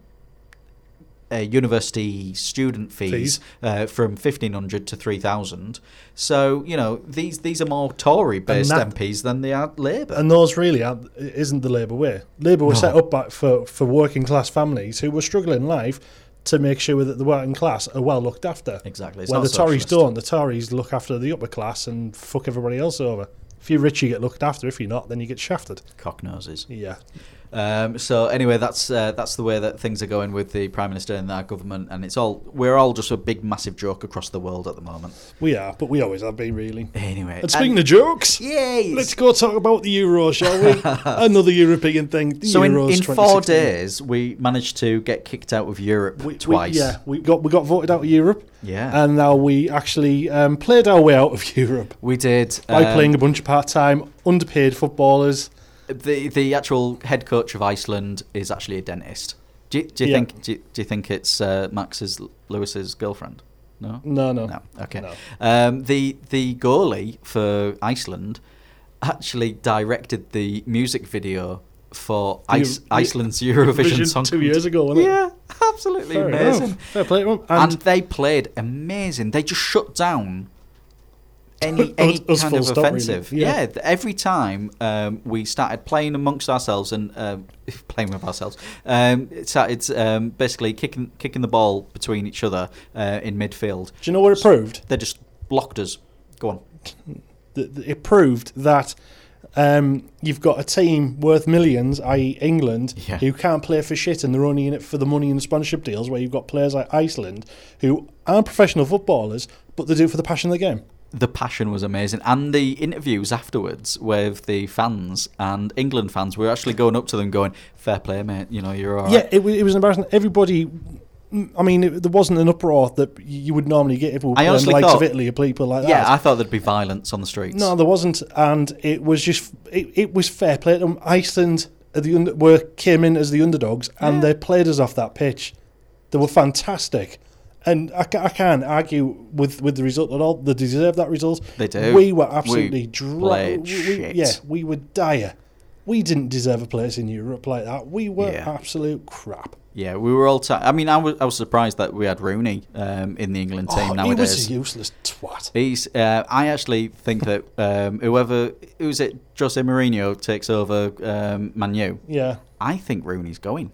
[SPEAKER 2] uh, university student fees,
[SPEAKER 3] Fees.
[SPEAKER 2] Uh, from fifteen hundred to three thousand. So you know these these are more Tory based
[SPEAKER 3] that-
[SPEAKER 2] MPs than they are Labour.
[SPEAKER 3] And those really are, isn't the Labour way. Labour was
[SPEAKER 2] No.
[SPEAKER 3] set up by, for, for working class families who were struggling in life to make sure that the working class are well looked after.
[SPEAKER 2] Exactly. It's
[SPEAKER 3] Well, the
[SPEAKER 2] not
[SPEAKER 3] Tories
[SPEAKER 2] socialist.
[SPEAKER 3] don't. The Tories look after the upper class and fuck everybody else over. If you're rich, you get looked after. If you're not, then you get shafted.
[SPEAKER 2] Cock noses.
[SPEAKER 3] Yeah.
[SPEAKER 2] Um, so anyway, that's uh, that's the way that things are going with the prime minister and our government, and it's all we're all just a big massive joke across the world at the moment.
[SPEAKER 3] We are, but we always have been, really.
[SPEAKER 2] Anyway,
[SPEAKER 3] And speaking of jokes,
[SPEAKER 2] yay,
[SPEAKER 3] let's go talk about the Euro, shall we? Another European thing. The
[SPEAKER 2] So in,
[SPEAKER 3] Euros
[SPEAKER 2] in
[SPEAKER 3] 2016.
[SPEAKER 2] four days, we managed to get kicked out of Europe
[SPEAKER 3] We- we-
[SPEAKER 2] twice.
[SPEAKER 3] yeah, Uh, we got, we got voted out of Europe.
[SPEAKER 2] Yeah.
[SPEAKER 3] And now we actually um, played our way out of Europe.
[SPEAKER 2] we did.
[SPEAKER 3] by
[SPEAKER 2] um,
[SPEAKER 3] playing a bunch of part-time, underpaid footballers.
[SPEAKER 2] the the actual head coach of Iceland is actually a dentist. Do you, do you
[SPEAKER 3] Yeah.
[SPEAKER 2] think do you, do you think it's uh, Max's Lewis's girlfriend? No,
[SPEAKER 3] No, no,
[SPEAKER 2] no. Oh, Okay.
[SPEAKER 3] No.
[SPEAKER 2] Um, the the goalie for Iceland actually directed the music video for
[SPEAKER 3] The
[SPEAKER 2] Ice,
[SPEAKER 3] Eu- the
[SPEAKER 2] Iceland's Eurovision
[SPEAKER 3] Vision
[SPEAKER 2] song
[SPEAKER 3] two years ago, wasn't it?
[SPEAKER 2] Yeah, absolutely
[SPEAKER 3] Fair enough.
[SPEAKER 2] amazing.
[SPEAKER 3] Fair play to 'em. And,
[SPEAKER 2] and, they played amazing. They just shut down any
[SPEAKER 3] Us-
[SPEAKER 2] any
[SPEAKER 3] us
[SPEAKER 2] kind
[SPEAKER 3] full
[SPEAKER 2] of
[SPEAKER 3] stop, really.
[SPEAKER 2] offensive.
[SPEAKER 3] Yeah.
[SPEAKER 2] Yeah. th every time um, we started playing amongst ourselves and um, playing with ourselves, um, it started um, basically kicking kicking the ball between each other uh, in midfield.
[SPEAKER 3] do you know what it proved?
[SPEAKER 2] They just blocked us. Go on.
[SPEAKER 3] Th- th- It proved that um, you've got a team worth millions, i.e., England,
[SPEAKER 2] Yeah.
[SPEAKER 3] who can't play for shit, and they're only in it for the money and sponsorship deals. Where you've got players like Iceland who aren't professional footballers, but they do it for the passion of the game.
[SPEAKER 2] the passion was amazing and the interviews afterwards with the fans and england fans we were actually going up to them going fair play mate you know you're all right
[SPEAKER 3] yeah, it, wa- it was embarrassing. Everybody. I mean, it, there wasn't an uproar that you would normally get if we were
[SPEAKER 2] I
[SPEAKER 3] playing the
[SPEAKER 2] honestly
[SPEAKER 3] likes
[SPEAKER 2] thought-
[SPEAKER 3] of Italy or people like that.
[SPEAKER 2] yeah i thought there'd be violence on the streets
[SPEAKER 3] No, there wasn't, and it was just it, it was fair play. to 'em. Iceland are the under, were came in as the underdogs, and they played us off that pitch. They were fantastic, and I, ca- I can't argue with, with the result at all. They deserve that result.
[SPEAKER 2] They do.
[SPEAKER 3] We were
[SPEAKER 2] We
[SPEAKER 3] absolutely dra-
[SPEAKER 2] played
[SPEAKER 3] we- we-
[SPEAKER 2] shit.
[SPEAKER 3] Yeah, we were dire. We didn't deserve a place in Europe like that. We were
[SPEAKER 2] Yeah.
[SPEAKER 3] absolute crap.
[SPEAKER 2] yeah we were all t- i mean I was, I was surprised that we had rooney um, in the england team
[SPEAKER 3] Oh, he
[SPEAKER 2] nowadays
[SPEAKER 3] was a useless twat.
[SPEAKER 2] He's. Uh, I actually think that um, whoever who's it, Jose Mourinho takes over um, Manu.
[SPEAKER 3] Yeah.
[SPEAKER 2] I think Rooney's going.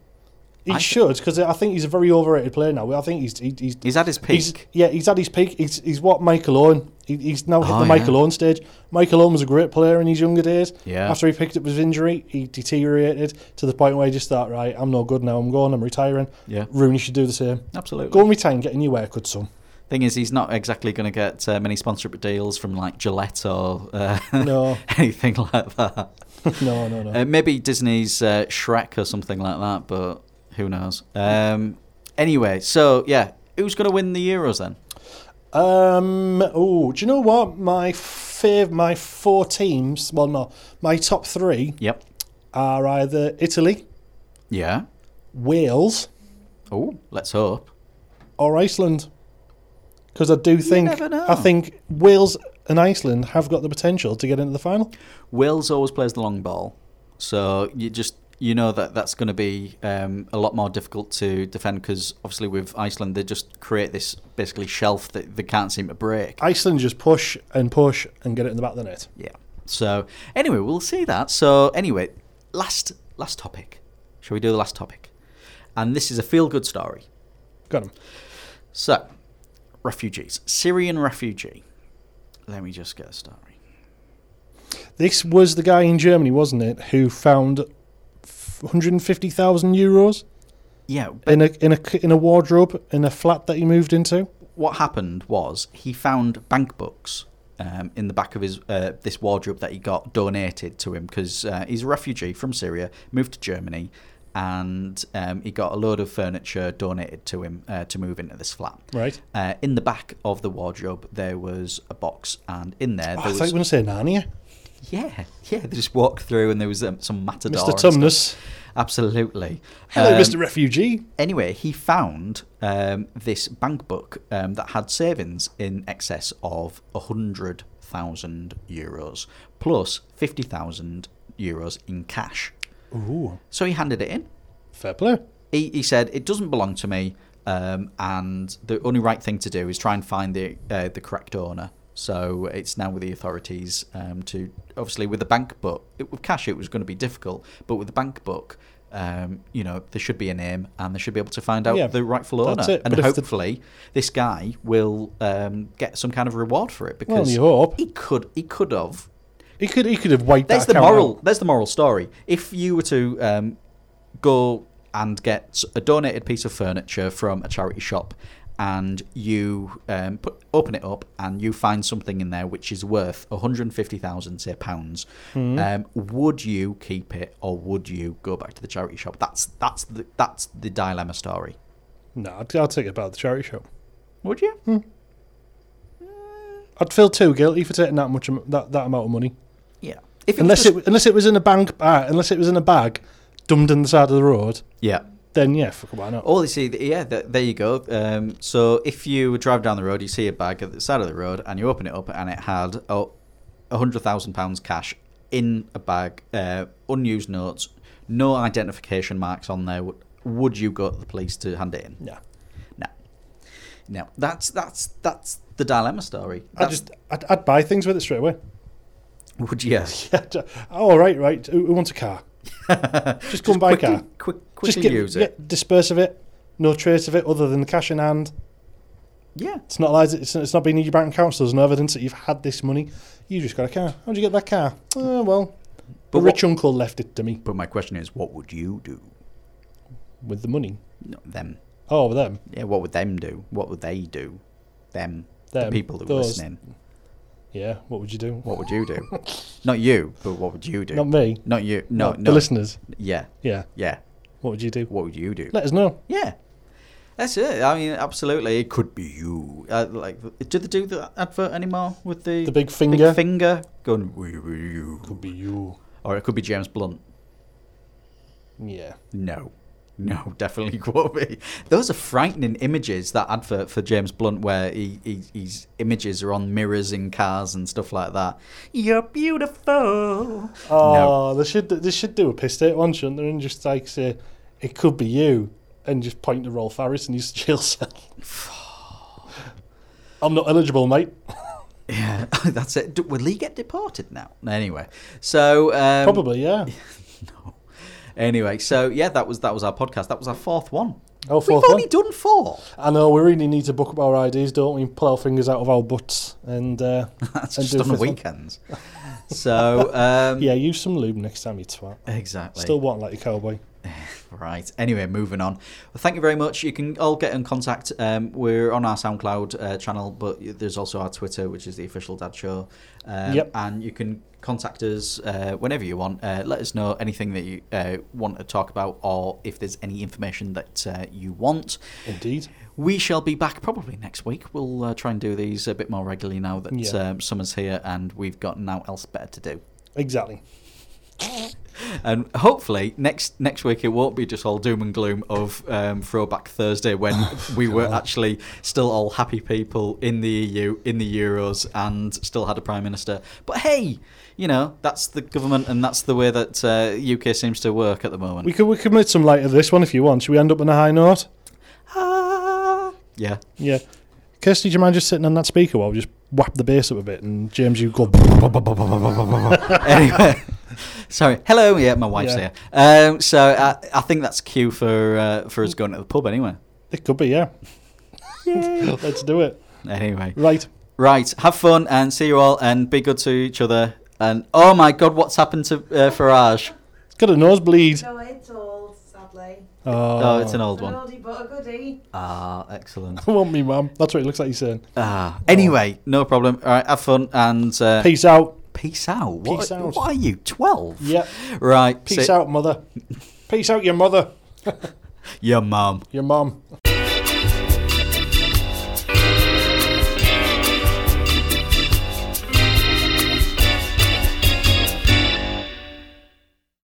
[SPEAKER 3] He
[SPEAKER 2] I
[SPEAKER 3] should
[SPEAKER 2] th-
[SPEAKER 3] 'cause should because I think he's a very overrated player now. I think he's he, he's
[SPEAKER 2] He's at his peak.
[SPEAKER 3] He's, yeah, he's at his peak. He's, he's what Michael Owen. He, he's now hit
[SPEAKER 2] Oh,
[SPEAKER 3] the Michael
[SPEAKER 2] yeah.
[SPEAKER 3] Owen stage. Michael Owen was a great player in his younger days.
[SPEAKER 2] Yeah.
[SPEAKER 3] After he picked up his injury, he deteriorated to the point where he just thought, right, I'm no good now. I'm going. I'm retiring.
[SPEAKER 2] Yeah.
[SPEAKER 3] Rooney should do the same.
[SPEAKER 2] Absolutely.
[SPEAKER 3] Go and retire and get a new haircut, son.
[SPEAKER 2] Thing is, he's not exactly going to get uh, many sponsorship deals from like Gillette or uh,
[SPEAKER 3] No.
[SPEAKER 2] anything like that.
[SPEAKER 3] no, no, no.
[SPEAKER 2] Uh, maybe Disney's uh, Shrek or something like that, but who knows? Um, anyway, so yeah, who's going to win the Euros then?
[SPEAKER 3] Um. Oh, do you know what my fav my four teams? Well, no, my top three
[SPEAKER 2] Yep.
[SPEAKER 3] are either Italy,
[SPEAKER 2] Yeah.
[SPEAKER 3] Wales,
[SPEAKER 2] Oh, let's hope.
[SPEAKER 3] or Iceland. Because I do think
[SPEAKER 2] never know.
[SPEAKER 3] I think Wales and Iceland have got the potential to get into the final.
[SPEAKER 2] Wills always plays the long ball, so you just you know that that's going to be um, a lot more difficult to defend because obviously with Iceland they just create this basically shelf that they can't seem to break.
[SPEAKER 3] Iceland just push and push and get it in the back of the net.
[SPEAKER 2] Yeah. So anyway, we'll see that. So anyway, last last topic. Shall we do the last topic? And this is a feel good story.
[SPEAKER 3] Got him.
[SPEAKER 2] So, refugees, Syrian refugee. Let me just get a story.
[SPEAKER 3] This was the guy in Germany, wasn't it, who found 150,000 euros
[SPEAKER 2] Yeah, but
[SPEAKER 3] in a in a c- in a wardrobe in a flat that he moved into.
[SPEAKER 2] what happened was he found bank books um, in the back of his uh, this wardrobe that he got donated to him because uh, he's a refugee from Syria, moved to Germany, and um, he got a load of furniture donated to him uh, to move into this flat.
[SPEAKER 3] Right.
[SPEAKER 2] Uh, in the back of the wardrobe, there was a box, and in there,
[SPEAKER 3] Oh,
[SPEAKER 2] there
[SPEAKER 3] I thought
[SPEAKER 2] was
[SPEAKER 3] you were going to say Narnia.
[SPEAKER 2] yeah, yeah. They just walked through, and there was um, some matador.
[SPEAKER 3] Mr.
[SPEAKER 2] and stuff.
[SPEAKER 3] Tumnus.
[SPEAKER 2] Absolutely.
[SPEAKER 3] Hello,
[SPEAKER 2] Um,
[SPEAKER 3] Mr. Refugee.
[SPEAKER 2] Anyway, he found um, this bank book um, that had savings in excess of 100,000 euros plus 50,000 euros in cash.
[SPEAKER 3] Ooh,
[SPEAKER 2] So he handed it in.
[SPEAKER 3] fair play.
[SPEAKER 2] He, he said, It doesn't belong to me, um, and the only right thing to do is try and find the, uh, the correct owner. So it's now with the authorities um, to obviously with the bank book it, with cash it was going to be difficult, but with the bank book, um, you know there should be a name and they should be able to find out
[SPEAKER 3] Yeah,
[SPEAKER 2] the rightful owner,
[SPEAKER 3] that's it.
[SPEAKER 2] and
[SPEAKER 3] But if the-
[SPEAKER 2] hopefully this guy will um, get some kind of reward for it
[SPEAKER 3] Well,
[SPEAKER 2] because
[SPEAKER 3] you hope
[SPEAKER 2] he could he could have
[SPEAKER 3] he could he could have wiped
[SPEAKER 2] there's
[SPEAKER 3] that.
[SPEAKER 2] the
[SPEAKER 3] account
[SPEAKER 2] moral.
[SPEAKER 3] out.
[SPEAKER 2] There's the moral story. If you were to um, go and get a donated piece of furniture from a charity shop, and you um, put, open it up and you find something in there which is worth 150,000 say pounds,
[SPEAKER 3] Hmm.
[SPEAKER 2] um, would you keep it or would you go back to the charity shop? That's that's the, that's the dilemma story.
[SPEAKER 3] No, I'd, I'd take it about the charity shop.
[SPEAKER 2] Would you?
[SPEAKER 3] Hmm. I'd feel too guilty for taking that much am- that, that amount of money,
[SPEAKER 2] Yeah. If it was
[SPEAKER 3] unless
[SPEAKER 2] just-
[SPEAKER 3] it unless it was in a bank uh, unless it was in a bag, dumped in the side of the road.
[SPEAKER 2] yeah.
[SPEAKER 3] Then yeah, fuck, why not?
[SPEAKER 2] Oh, they see, yeah, th- there you go. Um, so if you drive down the road, you see a bag at the side of the road, and you open it up, and it had oh, hundred thousand pounds cash in a bag, uh, unused notes, no identification marks on there. Would- Would you go to the police to hand it in?
[SPEAKER 3] Yeah,
[SPEAKER 2] No, no. That's that's that's the dilemma story.
[SPEAKER 3] I
[SPEAKER 2] That's,
[SPEAKER 3] just I'd, I'd buy things with it straight away.
[SPEAKER 2] would you?
[SPEAKER 3] Yeah, ju- oh right, right. Who, who wants a car? just go and buy a
[SPEAKER 2] quickly,
[SPEAKER 3] car.
[SPEAKER 2] quick,
[SPEAKER 3] Just
[SPEAKER 2] quickly
[SPEAKER 3] get-
[SPEAKER 2] use it.
[SPEAKER 3] get- disperse of it. No trace of it other than the cash in hand.
[SPEAKER 2] Yeah.
[SPEAKER 3] It's not like it's, it's not been in your bank account. So there's no evidence that you've had this money. You just got a car. How'd you get that car? Oh, well,
[SPEAKER 2] But
[SPEAKER 3] but
[SPEAKER 2] what-
[SPEAKER 3] rich uncle left it to me
[SPEAKER 2] But my question is, what would you do?
[SPEAKER 3] with the money.
[SPEAKER 2] Not them.
[SPEAKER 3] Oh, with them.
[SPEAKER 2] Yeah, what would them do? What would they do? Them, the
[SPEAKER 3] Them,
[SPEAKER 2] people that
[SPEAKER 3] those.
[SPEAKER 2] were listening.
[SPEAKER 3] Yeah. What would you do?
[SPEAKER 2] What would you do? Not you, but what would you do?
[SPEAKER 3] Not me.
[SPEAKER 2] Not you. No,
[SPEAKER 3] the
[SPEAKER 2] no.
[SPEAKER 3] listeners.
[SPEAKER 2] Yeah,
[SPEAKER 3] Yeah.
[SPEAKER 2] yeah.
[SPEAKER 3] What would you do?
[SPEAKER 2] What would you do?
[SPEAKER 3] Let us know.
[SPEAKER 2] yeah, that's it. I mean, absolutely, it could be you. Uh, like, do they do the advert anymore with the
[SPEAKER 3] The big finger?
[SPEAKER 2] finger going? "We were you,"
[SPEAKER 3] be you.
[SPEAKER 2] or it could be James Blunt.
[SPEAKER 3] Yeah.
[SPEAKER 2] No. No, definitely won't be. Those are frightening images, that advert for James Blunt where he, he, his images are on mirrors in cars and stuff like that. You're beautiful.
[SPEAKER 3] Oh, they should they should do a piss take one, shouldn't they? And just like say, it could be you, and just point to Rolf Harris and his jail cell. I'm not eligible, mate.
[SPEAKER 2] Um, Yeah, that's it. D- Will he get deported now? Anyway, so... Um,
[SPEAKER 3] Probably, yeah.
[SPEAKER 2] No. Anyway, so yeah, that was that was our podcast. That was our fourth one.
[SPEAKER 3] Oh,
[SPEAKER 2] We've
[SPEAKER 3] fourth one.
[SPEAKER 2] only done four.
[SPEAKER 3] I know we really need to book up our ideas, don't we? Pull our fingers out of our butts and uh,
[SPEAKER 2] That's
[SPEAKER 3] and
[SPEAKER 2] just
[SPEAKER 3] do a
[SPEAKER 2] on the
[SPEAKER 3] fifth one.
[SPEAKER 2] weekends. so um,
[SPEAKER 3] Yeah, use some lube next time you twat.
[SPEAKER 2] exactly.
[SPEAKER 3] Still want like a cowboy.
[SPEAKER 2] Right. Anyway, moving on. Well, thank you very much. You can all get in contact. Um, we're on our SoundCloud uh, channel, but there's also our Twitter, which is the official Dad Show. Um,
[SPEAKER 3] Yep.
[SPEAKER 2] And you can contact us uh, whenever you want. Uh, let us know anything that you uh, want to talk about, or if there's any information that uh, you want.
[SPEAKER 3] Indeed.
[SPEAKER 2] We shall be back probably next week. We'll uh, try and do these a bit more regularly now that
[SPEAKER 3] Yeah.
[SPEAKER 2] um, summer's here and we've got now else better to do.
[SPEAKER 3] Exactly.
[SPEAKER 2] And hopefully next next week it won't be just all doom and gloom of um, Throwback Thursday when
[SPEAKER 3] Oh,
[SPEAKER 2] we were actually still all happy people in the EU, in the Euros, and still had a prime minister. But hey, you know that's the government and that's the way that uh, UK seems to work at the moment.
[SPEAKER 3] We could we could make some light of this one if you want. Should we end up on a high note?
[SPEAKER 2] Ah. yeah.
[SPEAKER 3] Yeah. Kirsty, do you mind just sitting on that speaker while we just whap the bass up a bit and James, you go.
[SPEAKER 2] anyway, sorry. Hello. Yeah, my wife's
[SPEAKER 3] Yeah.
[SPEAKER 2] here. Um, so I, I think that's cue for uh, for us going to the pub anyway.
[SPEAKER 3] It could be, yeah. Let's do it.
[SPEAKER 2] Anyway.
[SPEAKER 3] Right.
[SPEAKER 2] Right, have fun and see you all, and be good to each other. And oh my God, what's happened to uh, Farage?
[SPEAKER 3] It's got a nosebleed.
[SPEAKER 4] No, it's old, sadly.
[SPEAKER 2] Oh, it's an old
[SPEAKER 4] It's an
[SPEAKER 2] one.
[SPEAKER 4] oldie but a goodie.
[SPEAKER 2] Ah, excellent.
[SPEAKER 3] Want me, mum. That's what it looks like he's saying.
[SPEAKER 2] Ah, anyway, no problem. All right, have fun and uh, peace.
[SPEAKER 3] Peace out.
[SPEAKER 2] out. What,
[SPEAKER 3] Peace out.
[SPEAKER 2] What are you, twelve?
[SPEAKER 3] Yep.
[SPEAKER 2] Right.
[SPEAKER 3] Peace
[SPEAKER 2] see-
[SPEAKER 3] out, mother. Peace out, your mother.
[SPEAKER 2] Your mum.
[SPEAKER 3] Your mum.